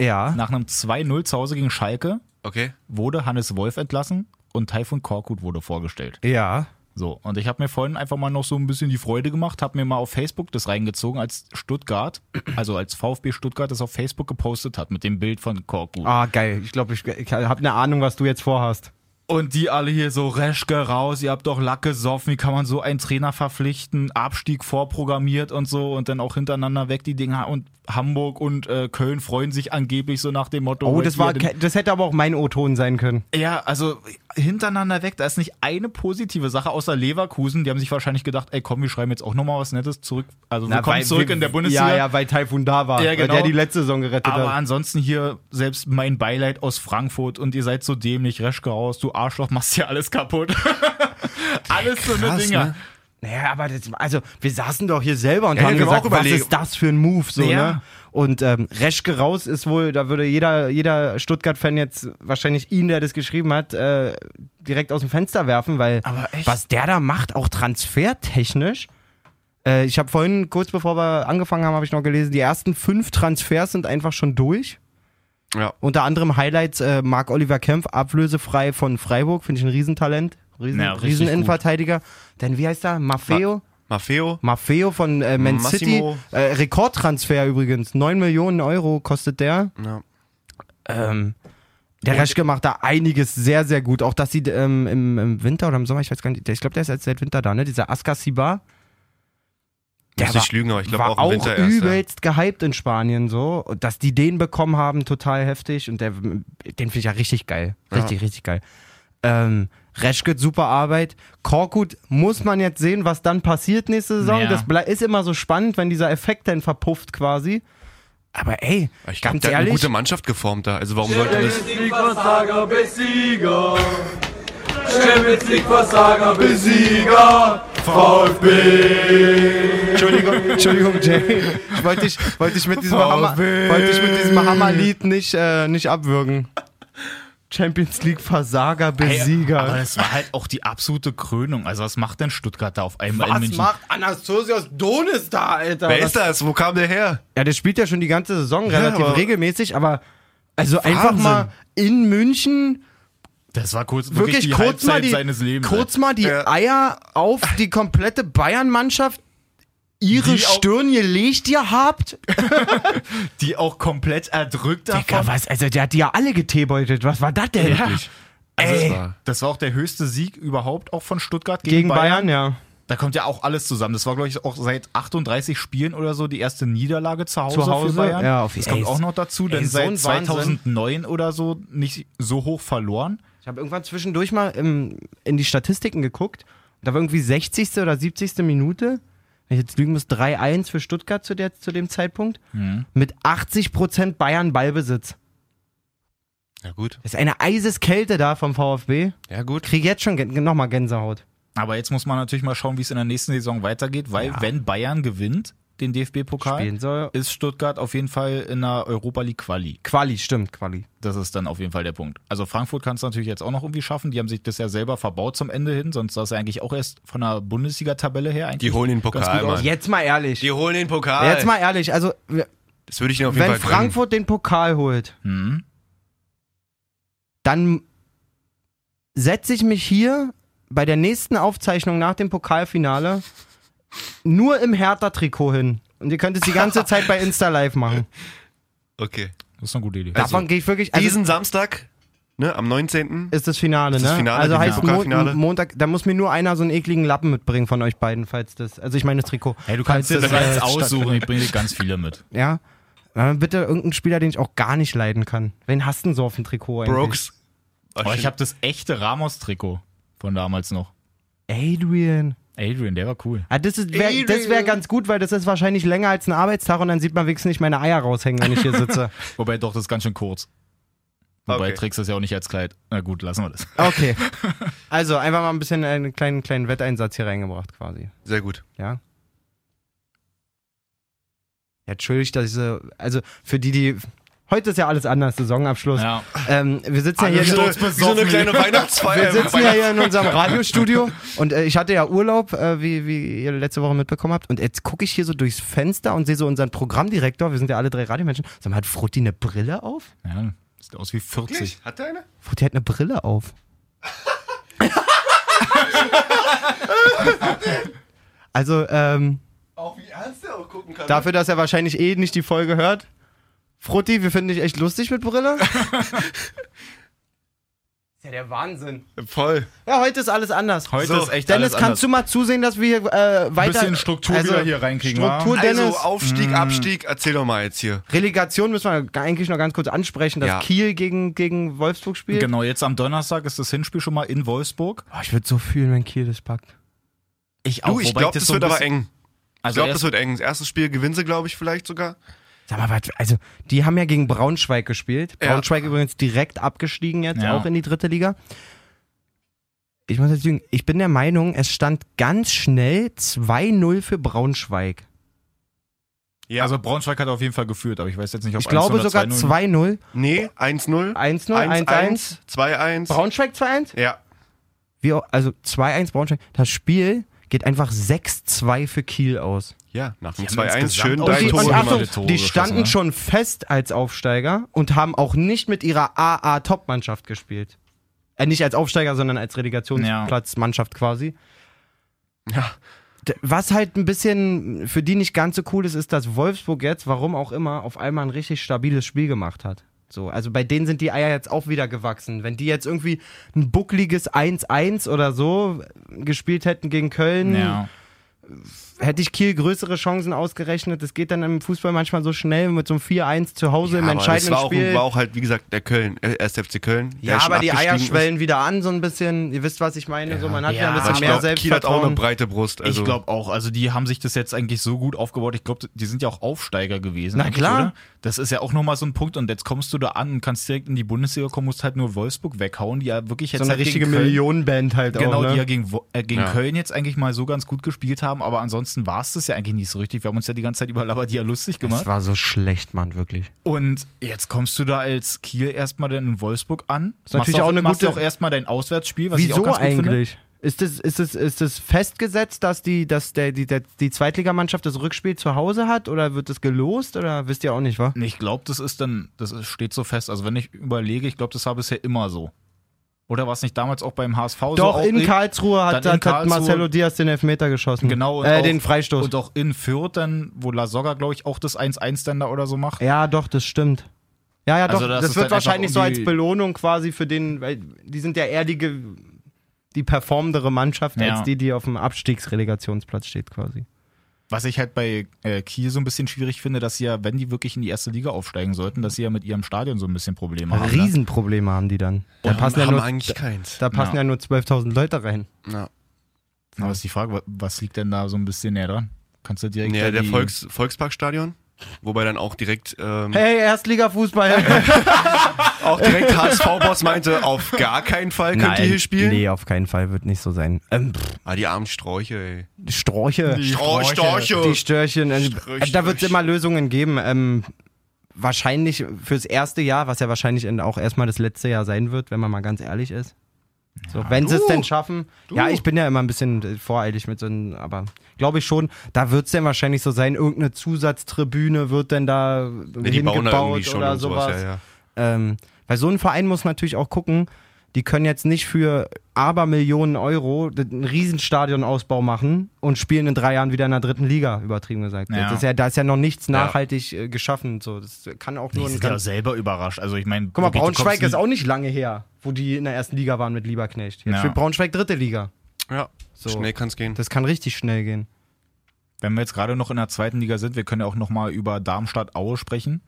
ja. Nach einem 2-0 zu Hause gegen Schalke Okay. wurde Hannes Wolf entlassen und Taifun Korkut wurde vorgestellt. Ja. So, und ich habe mir vorhin einfach mal noch so ein bisschen die Freude gemacht, habe mir mal auf Facebook das reingezogen, als Stuttgart, also als VfB Stuttgart das auf Facebook gepostet hat mit dem Bild von Korkut. ne Ah, geil. Ich glaube, ich, ich habe eine Ahnung, was du jetzt vorhast. Und die alle hier so, Reschke raus, ihr habt doch Lack gesoffen, wie kann man so einen Trainer verpflichten? Abstieg vorprogrammiert und so und dann auch hintereinander weg die Dinger. Und Hamburg und äh, Köln freuen sich angeblich so nach dem Motto. Oh, holt das, ihr war, den- ke- das hätte aber auch mein O-Ton sein können. Ja, also hintereinander weg, da ist nicht eine positive Sache außer Leverkusen. Die haben sich wahrscheinlich gedacht, ey komm, wir schreiben jetzt auch nochmal was Nettes zurück. Also wir kommen weil- zurück in der Bundesliga. Ja, genau. ja, weil Taifun da war. Ja, weil genau. Der die letzte Saison gerettet Aber hat. ansonsten hier selbst mein Beileid aus Frankfurt und ihr seid so dämlich, Reschke raus, du Arschloch, machst hier alles kaputt. alles so eine Krass, Dinger. ne? Naja, aber das, also wir saßen doch hier selber und Ja, haben wir haben gesagt, auch was überlegt. ist das für ein Move so, Ja. ne? Und ähm, Reschke raus ist wohl, da würde jeder, jeder Stuttgart-Fan jetzt wahrscheinlich ihn, der das geschrieben hat, äh, direkt aus dem Fenster werfen, weil Aber echt? was der da macht, auch transfertechnisch. Äh, ich habe vorhin, kurz bevor wir angefangen haben, habe ich noch gelesen, die ersten fünf Transfers sind einfach schon durch. Ja. Unter anderem Highlights äh, Marc Oliver Kempf, ablösefrei von Freiburg, finde ich ein Riesentalent. Riesen, Ja, richtig Rieseninnenverteidiger. Denn wie heißt er? Maffeo? Maffeo? Maffeo von äh, Man Massimo. City. Äh, Rekordtransfer übrigens. 9 Millionen Euro kostet der. Ja. Ähm, der Reschke macht da einiges sehr, sehr gut. Auch dass sie ähm, im, im Winter oder im Sommer, ich weiß gar nicht, ich glaube, der ist jetzt seit Winter da, ne? Dieser Askar Sibar. Der Muss war- nicht lügen, aber ich glaube war auch im Winter erst. Ja. übelst gehypt in Spanien so. Und dass die den bekommen haben, total heftig. Und der, den finde ich ja richtig geil. Richtig, richtig geil. Ähm, Reschke, super Arbeit. Korkut muss man jetzt sehen, was dann passiert nächste Saison. Ja. Das blei- ist immer so spannend, wenn dieser Effekt dann verpufft quasi. Aber ey, Ich glaube, ganz der hat eine ehrlich, gute Mannschaft geformt da. Also warum sollte das. Versager Besieger. Champions League Versager Besieger. VfB. Entschuldigung, Entschuldigung, Jay. Ich wollte dich, wollte dich mit diesem Hammer, wollte dich mit diesem Hammerlied nicht, äh, nicht abwürgen. Champions League Versager, Besieger. Aber das war halt auch die absolute Krönung. Also was macht denn Stuttgart da auf einmal in Was München? macht Anastasios Donis da, Alter? Wer ist das? Wo kam der her? Ja, der spielt ja schon die ganze Saison relativ aber- regelmäßig, aber also einfach mal in München Das war kurz, wirklich, wirklich, die kurz Halbzeit mal die seines Lebens. kurz mal die Ja. Eier auf die komplette Bayern Mannschaft ihre Die auch- Stirn gelegt ihr habt. die auch komplett erdrückt davon. was also der hat die ja alle geteebeutet. Was war das denn? Wirklich. Ey. Das war- Das war auch der höchste Sieg überhaupt auch von Stuttgart gegen, Gegen Bayern, ja. Da kommt ja auch alles zusammen. Das war, glaube ich, auch seit 38 Spielen oder so die erste Niederlage zu Hause, Zu Hause? für Bayern. Ja, auf- das ey, kommt auch noch dazu, denn ey, so ein seit 2009 oder so nicht so hoch verloren. Ich habe irgendwann zwischendurch mal im, in die Statistiken geguckt. Da war irgendwie 60. oder 70. Minute. Wenn ich jetzt lügen muss, 3-1 für Stuttgart zu, der, zu dem Zeitpunkt. Mhm. Mit 80% Bayern Ballbesitz. Ja, gut. Das ist eine Eiseskälte da vom VfB. Ja, gut. Krieg jetzt schon nochmal Gänsehaut. Aber jetzt muss man natürlich mal schauen, wie es in der nächsten Saison weitergeht, weil wenn Bayern gewinnt, den Spielen DFB-Pokal, soll. ist Stuttgart auf jeden Fall in der Europa League Quali. Quali, stimmt, Quali. Das ist dann auf jeden Fall der Punkt. Also Frankfurt kann es natürlich jetzt auch noch irgendwie schaffen. Die haben sich das ja selber verbaut zum Ende hin, sonst sah es ja eigentlich auch erst von der Bundesliga-Tabelle her eigentlich. Die holen den ganz Pokal, gut aus. Mann. Jetzt mal ehrlich. Die holen den Pokal. Jetzt mal ehrlich. Also, w- Das würde ich dir auf jeden wenn Fall ähm, gönnen. Frankfurt den Pokal holt, Hm. dann setze ich mich hier bei der nächsten Aufzeichnung nach dem Pokalfinale nur im Hertha-Trikot hin. Und ihr könnt es die ganze Zeit bei Insta live machen. Okay. Das ist eine gute Idee. Davon gehe ich wirklich. Also Diesen Samstag, ne, am 19. ist das Finale, Ist ne? das Finale, also dieses heißt Mo Pokalfinale? Montag, da muss mir nur einer so einen ekligen Lappen mitbringen von euch beiden, falls das. Also ich meine das Trikot. Hey, du kannst dir Falls das jetzt äh, aussuchen. Ich bringe dir ganz viele mit. Ja. Aber bitte irgendeinen Spieler, den ich auch gar nicht leiden kann. Wen hast du denn so auf dem Trikot eigentlich? Brooks. Aber Oh, ich habe das echte Ramos-Trikot von damals noch. Adrian. Adrian, der war cool. Ah, das ist- wär- das wäre wär ganz gut, weil das ist wahrscheinlich länger als ein Arbeitstag und dann sieht man wenigstens nicht meine Eier raushängen, wenn ich hier sitze. Wobei doch, das ist ganz schön kurz. Wobei Okay. trägst du das ja auch nicht als Kleid. Na gut, lassen wir das. Okay. Also einfach mal ein bisschen einen kleinen, kleinen Wetteinsatz hier reingebracht quasi. Sehr gut. Ja. Ja, entschuldigt, dass ich so, also für die, die, heute ist ja alles anders, Saisonabschluss. Ja. Ähm, wir sitzen ja Alle hier, sind Wie so eine kleine wir Weihnachtsfeier. sitzen ja hier in unserem Radiostudio und äh, ich hatte ja Urlaub, äh, wie, wie ihr letzte Woche mitbekommen habt und jetzt gucke ich hier so durchs Fenster und sehe so unseren Programmdirektor, wir sind ja alle drei Radiomenschen, sag mal, hat Frutti eine Brille auf? ja. Sieht aus wie 40. Hat der eine? Frutti hat eine Brille auf. also, ähm, Auch wie ernst der auch gucken kann. ne? Dafür, dass er wahrscheinlich eh nicht die Folge hört. Frutti, wir finden dich echt lustig mit Brille. Ist ja der Wahnsinn. Voll. Ja, heute ist alles anders. Heute So, ist echt Dennis, alles kannst anders. du mal zusehen, dass wir hier äh, weiter. bisschen Struktur wieder hier reinkriegen, wa? Struktur, Dennis. Also Aufstieg, Abstieg, erzähl doch mal jetzt hier. Relegation müssen wir g- eigentlich noch ganz kurz ansprechen, dass Ja. Kiel gegen, gegen Wolfsburg spielt. Genau, jetzt am Donnerstag ist das Hinspiel schon mal in Wolfsburg. Oh, ich würde so fühlen, wenn Kiel das packt. Ich Du, ich wobei glaube, das, so ein wird aber bisschen- eng. Ich Also glaube, erst- das wird eng. Das erste Spiel gewinnen sie, glaube ich, vielleicht sogar. Sag mal, was, also, die haben ja gegen Braunschweig gespielt. Ja. Braunschweig übrigens direkt abgestiegen jetzt, Ja. auch in die dritte Liga. Ich muss jetzt lügen, ich bin der Meinung, es stand ganz schnell 2-0 für Braunschweig. Ja. Also Braunschweig hat auf jeden Fall geführt, aber ich weiß jetzt nicht, ob Ich glaube 1 oder sogar 2-0. 2-0, Nee, 1-0. 1-0, 1-1. 2-1. Braunschweig 2-1? Ja. Wie auch- Also 2-1 Braunschweig. Das Spiel geht einfach 6-2 für Kiel aus. Ja, nach dem haben 2-1 insgesamt schön auch Und, drei die, Tore und gemacht. gemacht. Achtung, Tore die geschossen, standen ne? schon fest als Aufsteiger und haben auch nicht mit ihrer AA-Top-Mannschaft gespielt. Äh, nicht als Aufsteiger, sondern als Relegationsplatzmannschaft quasi. Ja. D- Was halt ein bisschen für die nicht ganz so cool ist, ist, dass Wolfsburg jetzt, warum auch immer, auf einmal ein richtig stabiles Spiel gemacht hat. So, also bei denen sind die Eier jetzt auch wieder gewachsen. Wenn die jetzt irgendwie ein buckliges 1-1 oder so gespielt hätten gegen Köln, Ja. hätte ich Kiel größere Chancen ausgerechnet. Das geht dann im Fußball manchmal so schnell mit so einem 4-1 zu Hause im aber das entscheidenden war auch, Spiel. war auch halt, wie gesagt, der Köln, äh, SFC Köln. der ja, schon aber die Eier abgestiegen ist. schwellen wieder an, so ein bisschen. Ihr wisst, was ich meine. So, man hat ja, Ja, ein Aber bisschen ich mehr glaub, Kiel hat auch eine Selbstvertrauen. breite Brust. Also ich glaube auch. Also die haben sich das jetzt eigentlich so gut aufgebaut. Ich glaube, die sind ja auch Aufsteiger gewesen. Na eigentlich, klar. Oder? Das ist ja auch nochmal so ein Punkt. Und jetzt kommst du da an und kannst direkt in die Bundesliga kommen, musst halt nur Wolfsburg weghauen, die ja wirklich so jetzt eine halt gegen richtige Köln- Millionenband halt Genau, auch. Ne? die ja gegen, Wo- äh, gegen Ja. Köln jetzt eigentlich mal so ganz gut gespielt haben, aber ansonsten war es das ja eigentlich nicht so richtig. Wir haben uns ja die ganze Zeit über Labadia lustig das gemacht. war so schlecht, Mann, wirklich. Und jetzt kommst du da als Kiel erstmal dann in Wolfsburg an. Ist natürlich machst auch eine machst gute- auch erstmal dein Auswärtsspiel, was ich Wieso auch ganz gut finde. eigentlich? Ist es ist das, ist das festgesetzt, dass die, dass der, die, der, die Zweitligamannschaft das Rückspiel zu Hause hat oder wird das gelost oder wisst ihr auch nicht, wa? Nee, Ich glaube, das ist dann, das ist, steht so fest. Also wenn ich überlege, ich glaube, das war bisher immer so. Oder war es nicht damals auch beim HSV so? Doch, Also Auch in Karlsruhe hat, dann in hat, hat Karlsruhe- Marcelo Diaz den Elfmeter geschossen. Genau. und äh, auch- den Freistoß. Und auch in Fürth dann, wo Lasogga, glaube ich, auch das 1-1 dann da oder so macht. Ja, doch, das stimmt. Ja, ja, doch. Also, das das ist wird dann einfach wahrscheinlich so um als die- Belohnung quasi für den, weil die sind ja eher die, ge- die performendere Mannschaft Ja. als die, die auf dem Abstiegsrelegationsplatz steht quasi. Was ich halt bei äh, Kiel so ein bisschen schwierig finde, dass sie ja, wenn die wirklich in die erste Liga aufsteigen sollten, dass sie ja mit ihrem Stadion so ein bisschen Probleme haben. Ne? Riesenprobleme haben die dann. Da passen ja haben nur, eigentlich keins. da passen Ja. ja nur 12.000 Leute rein. Ja. Aber ist die Frage, wa- was liegt denn da so ein bisschen näher dran? Kannst du direkt. Ja, da der die- Volks, Volksparkstadion, wobei dann auch direkt ähm, Hey, Erstliga-Fußball. auch direkt HSV-Boss meinte, auf gar keinen Fall könnt ihr hier spielen. Nee, auf keinen Fall wird nicht so sein. Ähm, pff, Ah, die armen Sträuche, ey. Sträuche. Strau- Die Sträuche. Störchen. äh, Strich, da wird es Strich. immer Lösungen geben. Ähm, wahrscheinlich fürs erste Jahr, was ja wahrscheinlich in- auch erstmal das letzte Jahr sein wird, wenn man mal ganz ehrlich ist. So, wenn sie es denn schaffen. Ja, ich bin ja immer ein bisschen äh, voreilig mit so einem, aber glaube ich schon, da wird es denn wahrscheinlich so sein, irgendeine Zusatztribüne wird denn da Nee, die bauen da irgendwie hingebaut schon oder und sowas. Ja, ja. Ähm, weil so ein Verein muss natürlich auch gucken, die können jetzt nicht für Abermillionen Euro einen Riesenstadionausbau machen und spielen in drei Jahren wieder in der dritten Liga, übertrieben gesagt. Ja. Das ist ja, da ist ja noch nichts nachhaltig äh, geschaffen. So. Das kann auch Nee, nur sie ein sind ja ganz selber überrascht. Also ich meine, Guck mal, Braunschweig ist auch nicht lange her, wo die in der ersten Liga waren mit Lieberknecht. Jetzt Ja. spielt Braunschweig dritte Liga. ja. So. Schnell kann's gehen. Das kann richtig schnell gehen. Wenn wir jetzt gerade noch in der zweiten Liga sind, wir können ja auch noch mal über Darmstadt Aue sprechen.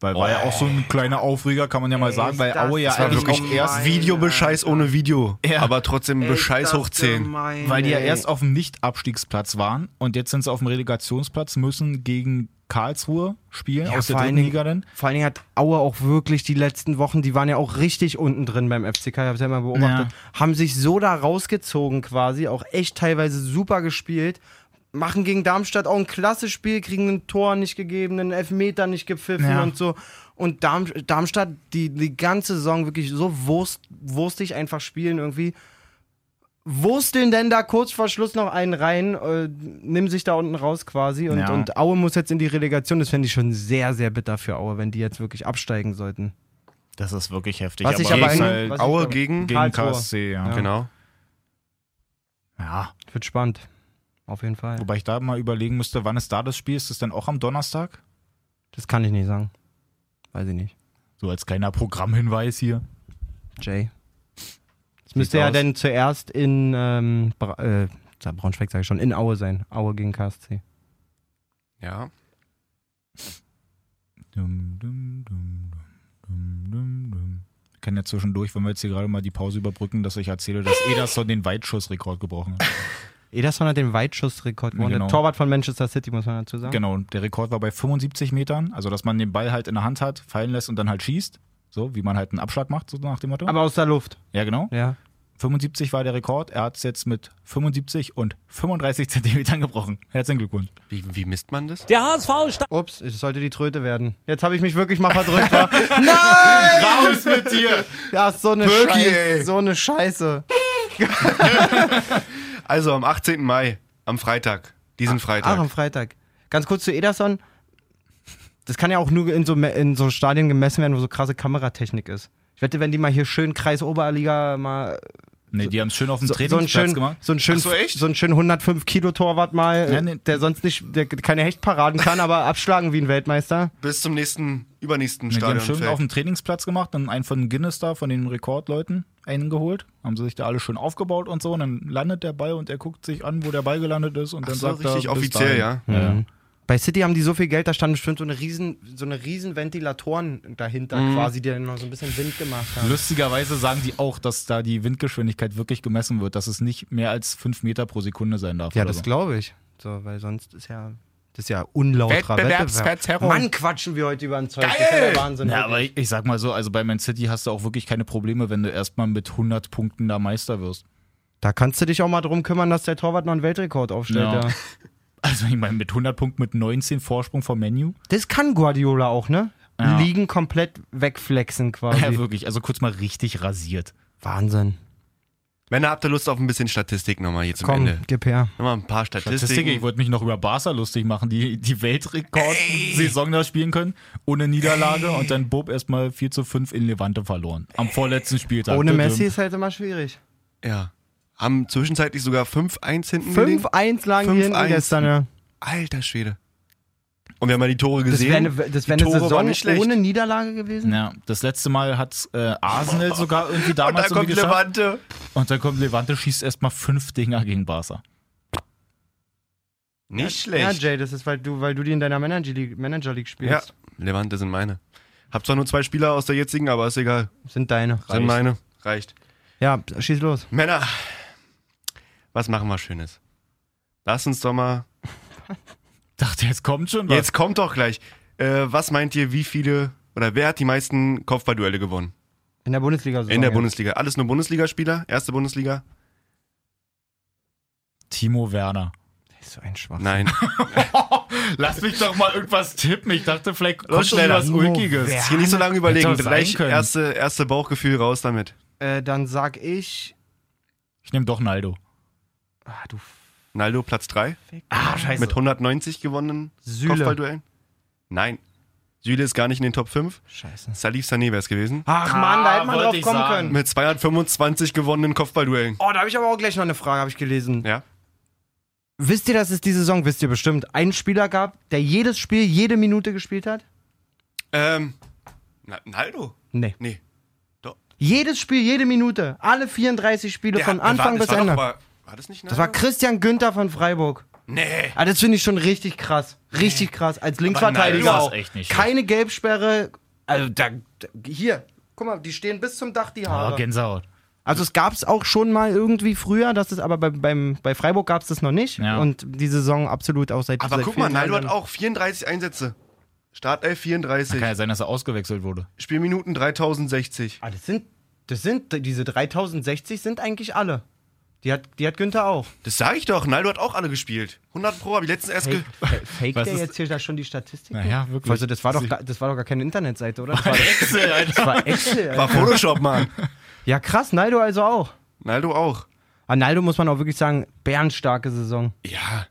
Weil war ja auch so ein kleiner Aufreger, kann man ja mal sagen, weil Aue ja das war eigentlich wirklich auch gemein. erst, Videobescheiß ohne Video, Ja. aber trotzdem Bescheiß hoch 10. weil die ja erst auf dem Nicht-Abstiegsplatz waren und jetzt sind sie auf dem Relegationsplatz, müssen gegen Karlsruhe spielen, Ja, aus der vor allen dritten Dingen- Liga dann. Vor allen Dingen hat Aue auch wirklich die letzten Wochen, die waren ja auch richtig unten drin beim FCK, ich habe es ja immer beobachtet, haben sich so da rausgezogen quasi, auch echt teilweise super gespielt, machen gegen Darmstadt auch ein klasse Spiel, kriegen ein Tor nicht gegeben, einen Elfmeter nicht gepfiffen Ja. und so. Und Darm, Darmstadt, die die ganze Saison wirklich so wurst, wurstig einfach spielen irgendwie. Wursteln denn da kurz vor Schluss noch einen rein, äh, nimm sich da unten raus quasi und, Ja. und Aue muss jetzt in die Relegation. Das fände ich schon sehr, sehr bitter für Aue, wenn die jetzt wirklich absteigen sollten. Das ist wirklich heftig. Was ich aber gegen, in- halt was- Aue gegen, gegen Karlsruhe. KSC, ja. genau. ja. Wird spannend. Auf jeden Fall. Wobei ich da mal überlegen müsste, wann ist da das Spiel? Ist das dann auch am Donnerstag? Das kann ich nicht sagen. Weiß ich nicht. So als kleiner Programmhinweis hier. Jay. Es müsste Sieht ja aus. dann zuerst in ähm, Bra äh, sa- Braunschweig, sage ich schon, in Aue sein. Aue gegen KSC. Ja. Dum, dum, dum, dum, dum, dum. Wir können ja zwischendurch, wenn wir jetzt hier gerade mal die Pause überbrücken, dass ich erzähle, dass Ederson den Weitschussrekord gebrochen hat. Ederson hat den Weitschussrekord gewonnen. Genau. Der Torwart von Manchester City, muss man dazu sagen. Genau, und der Rekord war bei 75 Metern, also dass man den Ball halt in der Hand hat, fallen lässt und dann halt schießt. So, wie man halt einen Abschlag macht, so nach dem Motto. Aber aus der Luft. ja, genau. Ja. 75 war der Rekord, er hat es jetzt mit 75 und 35 Zentimetern gebrochen. Herzlichen Glückwunsch. Wie, wie misst man das? Der HSV steigt Ups, es sollte die Tröte werden. Jetzt habe ich mich wirklich mal verdrückt. wa? Raus mit dir! ja, so eine Birki, Scheiße. ey. So eine Scheiße. Also am 18. Mai, am Freitag, Ah, diesen Ach, am Freitag. Freitag. Ganz kurz zu Ederson. Das kann ja auch nur in so, me- in so Stadien gemessen werden, wo so krasse Kameratechnik ist. Ich wette, wenn die mal hier schön Kreis Oberliga mal Nee, die haben es schön auf dem so, so einen Trainingsplatz schönen, gemacht. so einen schönen, Ach so, echt? so einen schönen 105 Kilo Torwart mal, Ja, nee. der sonst nicht, der keine Hechtparaden kann, aber abschlagen wie ein Weltmeister. Bis zum nächsten, übernächsten Ja, die haben schön Stadion. auf dem Trainingsplatz gemacht, dann einen von Guinness da, von den Rekordleuten, einen geholt. Haben sie sich da alle schön aufgebaut und so. Und dann landet der Ball und er guckt sich an, wo der Ball gelandet ist. Und Ach dann so, sagt er, richtig bis offiziell, dahin. Mhm. Bei City haben die so viel Geld, da standen bestimmt so eine riesen, so eine riesen Ventilatoren dahinter quasi, die dann noch so ein bisschen Wind gemacht haben. Lustigerweise sagen die auch, dass da die Windgeschwindigkeit wirklich gemessen wird, dass es nicht mehr als 5 Meter pro Sekunde sein darf. Ja, oder das so. glaube ich. So, weil sonst ist ja, das ist ja unlauterer Wettbewerb. Wettbewerbsverzerrung. Mann, quatschen wir heute über ein Zeug. Das ist ja der Wahnsinn. Ja, aber ich, ich sag mal so, also bei Man City hast du auch wirklich keine Probleme, wenn du erstmal mit 100 Punkten da Meister wirst. da kannst du dich auch mal drum kümmern, dass der Torwart noch einen Weltrekord aufstellt. Ja. Ja. Also ich meine, mit 100 Punkten, mit 19 Vorsprung vom Menu. Das kann Guardiola auch, ne? Ja. Liegen komplett wegflexen quasi. Ja, wirklich. Also kurz mal richtig rasiert. Wahnsinn. Männer, habt ihr Lust auf ein bisschen Statistik nochmal hier zum Komm, Ende? gib her. Nochmal ein paar Statistik, ich Statistiken. würde mich noch über Barca lustig machen, die die Weltrekord-Saison da spielen können, ohne Niederlage und dann Bob erstmal 4 zu 5 in Levante verloren. Am vorletzten Spieltag. Ohne Düm-düm. Messi ist halt immer schwierig. ja. Haben zwischenzeitlich sogar 5-1 hinten gelegen. 5-1 lagen die hinten 5-1. gestern, ja. Alter Schwede. Und wir haben mal die Tore Das wäre gesehen. eine, das wär eine Die Tore waren Saison nicht schlecht. ohne Niederlage gewesen. Ja, das letzte Mal hat äh, Arsenal sogar irgendwie und da damals kommt irgendwie geschafft. Levante. Und dann kommt Levante, schießt erstmal fünf Dinger gegen Barca. Nicht Ja, schlecht. Jay, das ist, weil du, weil du die in deiner Manager League, Manager League Ja, spielst. Levante sind meine. Hab zwar nur zwei Spieler aus der jetzigen, aber ist egal. Sind deine. Sind meine. Reicht. Ja, schieß los. Männer, was machen wir Schönes? Lass uns doch mal. Dachte, jetzt kommt schon was. Jetzt kommt doch gleich. Äh, was meint ihr, wie viele oder wer hat die meisten Kopfballduelle gewonnen? In der Bundesliga so. In der Bundesliga. Alles nur Bundesligaspieler? Erste Bundesliga? Timo Werner. So ein Schwach. Nein. Lass mich doch mal irgendwas tippen. Ich dachte, vielleicht kommt Los, schon wieder schneller. was Ulkiges. Hier nicht so lange überlegen. Hätte doch sein Gleich können. erste, erste Bauchgefühl raus damit. Äh, dann sag ich. Ich nehme doch Naldo. Ah, du Naldo Platz 3 Ah, scheiße. mit 190 gewonnenen Süle. Kopfballduellen? Nein. Süle ist gar nicht in den Top 5. Scheiße. Salif Sané wäre es gewesen. Ach Mann, da hätte man Ah, wollte drauf ich kommen sagen. können. Mit 225 gewonnenen Kopfballduellen. Oh, da habe ich aber auch gleich noch eine Frage, habe ich gelesen. Ja. Wisst ihr, dass es die Saison, wisst ihr bestimmt, einen Spieler gab, der jedes Spiel, jede Minute gespielt hat? Ähm, Na- Naldo? Nee. Nee. Jedes Spiel, jede Minute. Alle 34 Spiele Der- von der war- Anfang das bis war Ende. Doch, war, war das nicht das war Christian Günther von Freiburg. Nee. Ah, das finde ich schon richtig krass. Richtig krass. Als nein, Linksverteidiger das auch. ist echt nicht Keine Gelbsperre. Also da, da, hier. Guck mal, die stehen bis zum Dach, die Ah, Haare. Gänsehaut. Also es gab es auch schon mal irgendwie früher, das ist aber bei, beim, bei Freiburg gab es das noch nicht. Ja. Und die Saison absolut auch seit Aber seit guck mal, Also vielen Naldo Jahren hat auch 34 Einsätze. Startelf Kann 34, ja sein, dass er ausgewechselt wurde. Spielminuten 3060. Ah, das sind, das sind, diese 3060 sind eigentlich alle. Die hat, die hat Günther auch. Das sage ich doch, Naldo hat auch alle gespielt. 100 Pro habe ich letztens erst ge Fake, fa- fake Was der ist- jetzt hier da schon die Statistik? Naja, wirklich. Also das war doch, gar- das war doch gar keine Internetseite, oder? Das war, Excel, das war Excel. Alter. War Photoshop, Mann. Ja krass, Naldo also auch. Naldo auch. Analdo muss man auch wirklich sagen, bärenstarke Saison. Ja.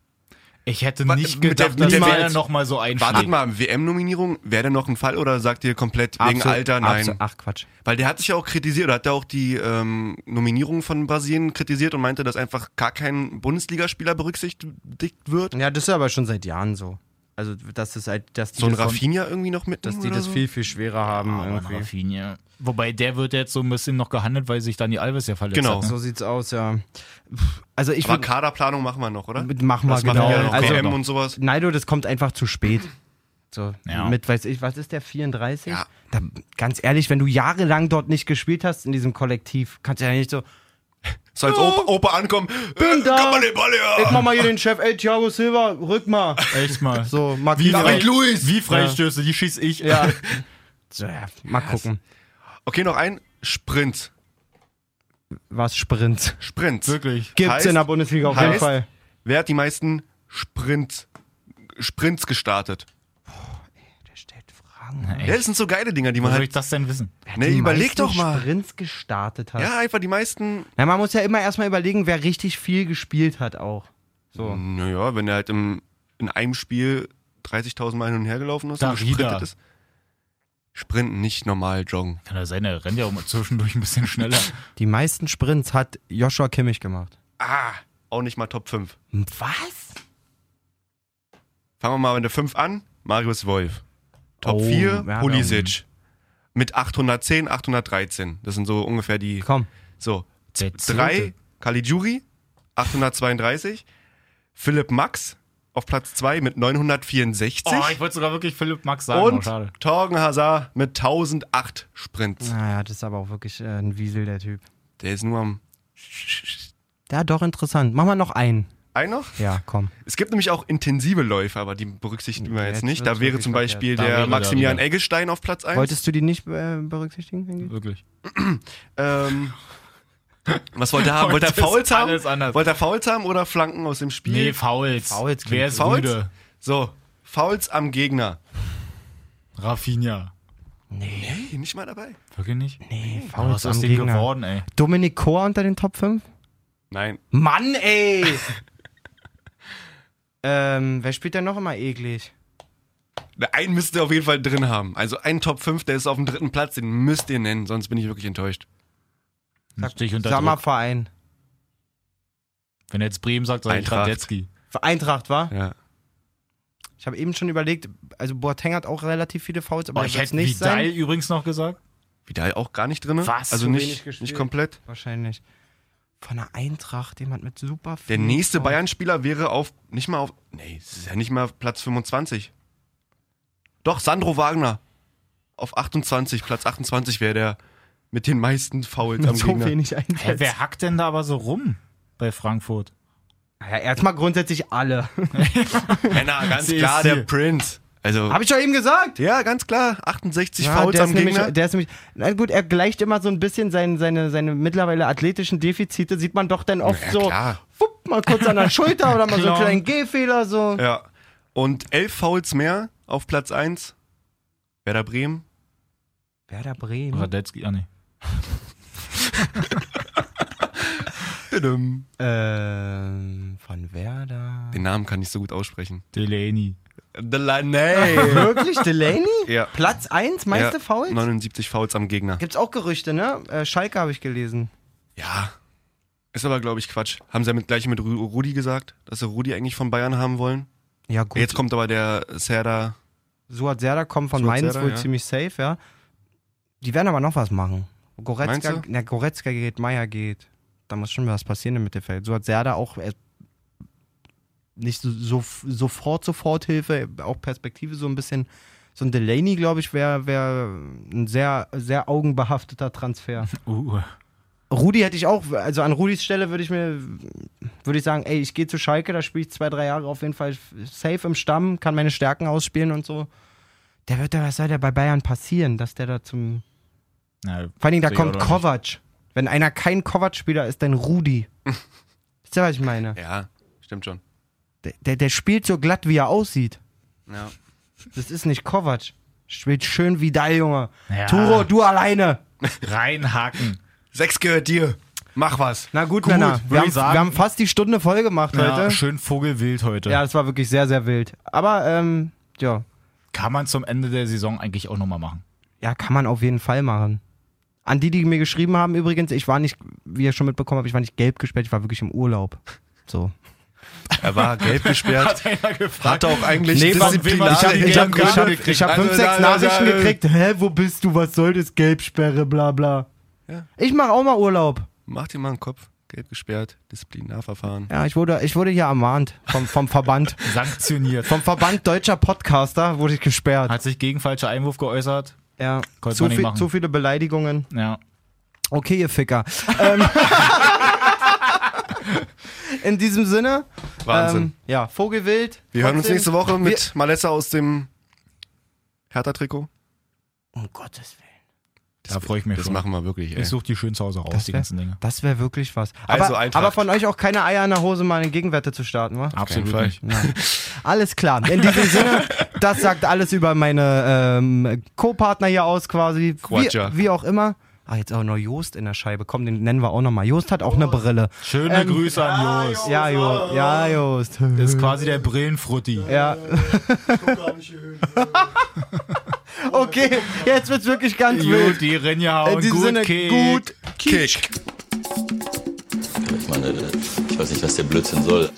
Ich hätte Was- nicht mit der- gedacht, mit dass der- der noch mal so Wartet einschlägt. mal, WM-Nominierung, wäre denn noch ein Fall oder sagt ihr komplett wegen Absolut- Alter? Nein. absolut- Ach Quatsch. Weil der hat sich ja auch kritisiert, oder hat ja auch die ähm, Nominierung von Brasilien kritisiert und meinte, dass einfach gar kein Bundesligaspieler berücksichtigt wird. Ja, das ist aber schon seit Jahren so. Also, dass es halt, dass die So ein das, Rafinha irgendwie noch mit. dass die oder das so? viel, viel schwerer haben. Ah, Aber irgendwie. Rafinha. Ah, Wobei der wird jetzt so ein bisschen noch gehandelt, weil sich dann die Alves ja verletzt Genau. hat. Ne? So sieht's aus, ja. Pff, Also ich Aber würde Kaderplanung machen wir noch, oder? machen wir das machen genau. wir ja noch. also WM und sowas. Naido, das kommt einfach zu spät. So, Ja. mit, weiß ich, was ist der, 34? Ja. Da, ganz ehrlich, wenn du jahrelang dort nicht gespielt hast in diesem Kollektiv, kannst du ja nicht so, So als Opa, Opa ankommen. Bin da. Komm mal den Ball her. ich mach mal hier den Chef, ey, Thiago Silva, rück mal. Echt mal. So, mal Wie, gucken. frei, David Luiz. wie Freistöße, die schieß ich. ja. So, ja, mal gucken. Okay, noch ein. Sprint. Was Sprint. Sprint. Wirklich. Gibt's Heißt- in der Bundesliga auf jeden heißt- Fall. Wer hat die meisten Sprint, Sprints gestartet? Der stellt Fragen. Ja, das sind so geile Dinger, die Wo man soll ich halt. das denn wissen? Ne, Die überleg meisten doch mal. Sprints gestartet hat. Ja, einfach die meisten. Na, man muss ja immer erstmal überlegen, wer richtig viel gespielt hat auch. So. Naja, wenn er halt im, in einem Spiel 30.000 Mal hin und her gelaufen ist, und Darida. gesprintet ist. Sprinten, nicht normal joggen. Kann ja sein, er rennt ja auch mal zwischendurch ein bisschen schneller. Die meisten Sprints hat Joshua Kimmich gemacht. Ah, auch nicht mal Top 5. Hm, Was? Fangen wir mal mit der 5 an. Marius Wolf. Top Oh, 4, ja, Pulisic. Mit 810, 813. Das sind so ungefähr die. Komm. So, Der 3, Caligiuri, 832. Philipp Max auf Platz 2 mit 964. Oh, ich wollte sogar wirklich Philipp Max sagen. oh, und schade. Torgen Hazard mit 1008 Sprints. Naja, das ist aber auch wirklich äh, ein Wiesel, der Typ. Der ist nur am. Ja, doch interessant. Mach mal noch einen. Ein noch? Ja, komm. Es gibt nämlich auch intensive Läufe, aber die berücksichtigen wir Ja, jetzt, jetzt nicht. wird's Da wäre wirklich zum Beispiel verkehrt. Da der wäre Maximilian der Eggestein auf Platz 1. Wolltest du die nicht äh, berücksichtigen? Hengi? Wirklich. Ähm, was wollte er haben? Wollte er Heute ist Fouls haben? alles anders. Wollte er Fouls haben oder Flanken aus dem Spiel? Nee, Fouls. Fouls klingt Wer ist Fouls? müde? So, Fouls am Gegner. Rafinha. Nee, Hey, nicht mal dabei. Wirklich nicht? nee, Was Fouls ist aus am dem Gegner. geworden, ey? Dominik Kor unter den Top 5? Nein. Mann, ey! ähm, wer spielt denn noch immer eklig? Einen müsst ihr auf jeden Fall drin haben. Also einen Top 5, der ist auf dem dritten Platz, den müsst ihr nennen, sonst bin ich wirklich enttäuscht. Sag, Stich unter Sag mal Druck. Verein. Wenn er jetzt Bremen sagt, sag ich Eintracht. Radetzky. Eintracht, war? Ja. Ich habe eben schon überlegt, also Boateng hat auch relativ viele Fouls, aber Oh, er ich wird's hätte nicht Vidal sein. übrigens noch gesagt. Vidal auch gar nicht drin. Was? Also Zu nicht, wenig gespielt. nicht komplett. Wahrscheinlich. Von der Eintracht, jemand mit super Der vielen nächste Fouls. Bayern-Spieler wäre auf, nicht mal auf, nee, es ist ja nicht mal Platz 25. Doch, Sandro Wagner. Auf 28, Platz 28 wäre der mit den meisten Fouls am so Gegner. wenig Hä, einsetzt. wer hackt denn da aber so rum bei Frankfurt? Ja, erstmal grundsätzlich alle. Männer, ganz CSC. klar, der Prince. Also, Habe ich doch eben gesagt. ja, ganz klar, 68 Ja, Fouls der, ist am nämlich, Gegner. der ist nämlich, na gut, er gleicht immer so ein bisschen sein, seine, seine mittlerweile athletischen Defizite, sieht man doch dann oft Ja, so, klar. wupp, mal kurz an der Schulter oder mal so einen Klar. kleinen Gehfehler, so. Ja. Und 11 Fouls mehr auf Platz 1. Werder Bremen. Werder Bremen. Radetzky, ah nee. Den Ähm, von Werder. Namen kann ich so gut aussprechen. Delaney. Delaney. Wirklich, Delaney? ja. Platz 1, meiste ja, Fouls? 79 Fouls am Gegner. Gibt's auch Gerüchte, ne? Äh, Schalke habe ich gelesen. Ja. Ist aber, glaube ich, Quatsch. Haben sie ja mit, gleich mit Ru Rudi gesagt, dass sie Rudi eigentlich von Bayern haben wollen. Ja, gut. Jetzt kommt aber der Serda. Suat Serdar kommt von Suat Mainz Serdar, wohl ja. ziemlich safe, ja. Die werden aber noch was machen. Goretzka, Meinst na, Goretzka geht, Meier geht. Da muss schon was passieren im Mittelfeld. Suat Serdar auch äh, nicht so, so, sofort Soforthilfe, auch Perspektive so ein bisschen. So ein Delaney, glaube ich, wäre wär ein sehr, sehr augenbehafteter Transfer. Uh. Rudi hätte ich auch, also an Rudis Stelle würde ich mir, würde ich sagen, ey, ich gehe zu Schalke, da spiele ich zwei, drei Jahre auf jeden Fall safe im Stamm, kann meine Stärken ausspielen und so. Der wird da, was soll der bei Bayern passieren, dass der da zum, Na, vor allen Dingen, da Sehe ich kommt auch noch Kovac. Wenn einer kein Kovac-Spieler ist, dann Rudi. Wisst ihr, was ich meine? Ja, stimmt schon. Der, der, der spielt so glatt, wie er aussieht. Ja. Das ist nicht Kovac. Spielt schön Vidal, Junge. Ja. Turo, du alleine. Reinhaken. Sechs gehört dir. Mach was. Na gut, Gut, Männer. würd Wir haben, ich sagen. wir haben fast die Stunde voll gemacht Ja, heute. schön vogelwild heute. Ja, das war wirklich sehr, sehr wild. Aber, ähm, ja. Kann man zum Ende der Saison eigentlich auch nochmal machen. Ja, kann man auf jeden Fall machen. An die, die mir geschrieben haben, übrigens, ich war nicht, wie ihr schon mitbekommen habt, ich war nicht gelb gesperrt, ich war wirklich im Urlaub. So. Er war gelb gesperrt. einer gefragt. Hatte auch eigentlich Nee, warum will man disziplinarisch. Ich habe ich hab, ich hab, ich hab Also fünf, da- sechs da- Nachrichten da- gekriegt. Hä, wo bist du? Was soll das? Gelbsperre, bla bla. Ich mache auch mal Urlaub. Mach dir mal einen Kopf. Gelb gesperrt, Disziplinarverfahren. Ja, ich wurde, ich wurde hier ermahnt vom, vom Verband. Sanktioniert. vom Verband deutscher Podcaster wurde ich gesperrt. Hat sich gegen falscher Einwurf geäußert. ja, Konnte zu, man nicht viel, machen. zu viele Beleidigungen. Ja. Okay, ihr Ficker. ähm, in diesem Sinne, Wahnsinn. ähm, ja, Vogelwild. wir hören uns trotzdem- nächste Woche mit Malessa aus dem Hertha-Trikot. Um Gottes Willen. Da freue ich mich Das schon. machen wir wirklich, ey. Ich suche die schön zu Hause raus, Das die wär- ganzen Dinge. Das wäre wirklich was. Also Aber, Eintracht. aber von euch auch keine Eier in der Hose, mal eine Gegenwette zu starten, wa? Absolut Fall. nicht. Alles klar. In diesem Sinne, das sagt alles über meine ähm, Co-Partner hier aus quasi. Wie, Quatscher. wie auch immer. Ah, jetzt auch noch Joost in der Scheibe. Komm, den nennen wir auch nochmal. Joost hat auch eine Brille. Schöne Ähm, Grüße an Jos. Ja, Joost. Ja, Joost. ah, Das ist quasi der Brillenfrutti. Ja. okay, jetzt wird's wirklich ganz Gut, wild. die Renja In hauen. diesem Gut, Sinne, Kick. gut. Kick. Ich meine, ich weiß nicht, was der Blödsinn soll.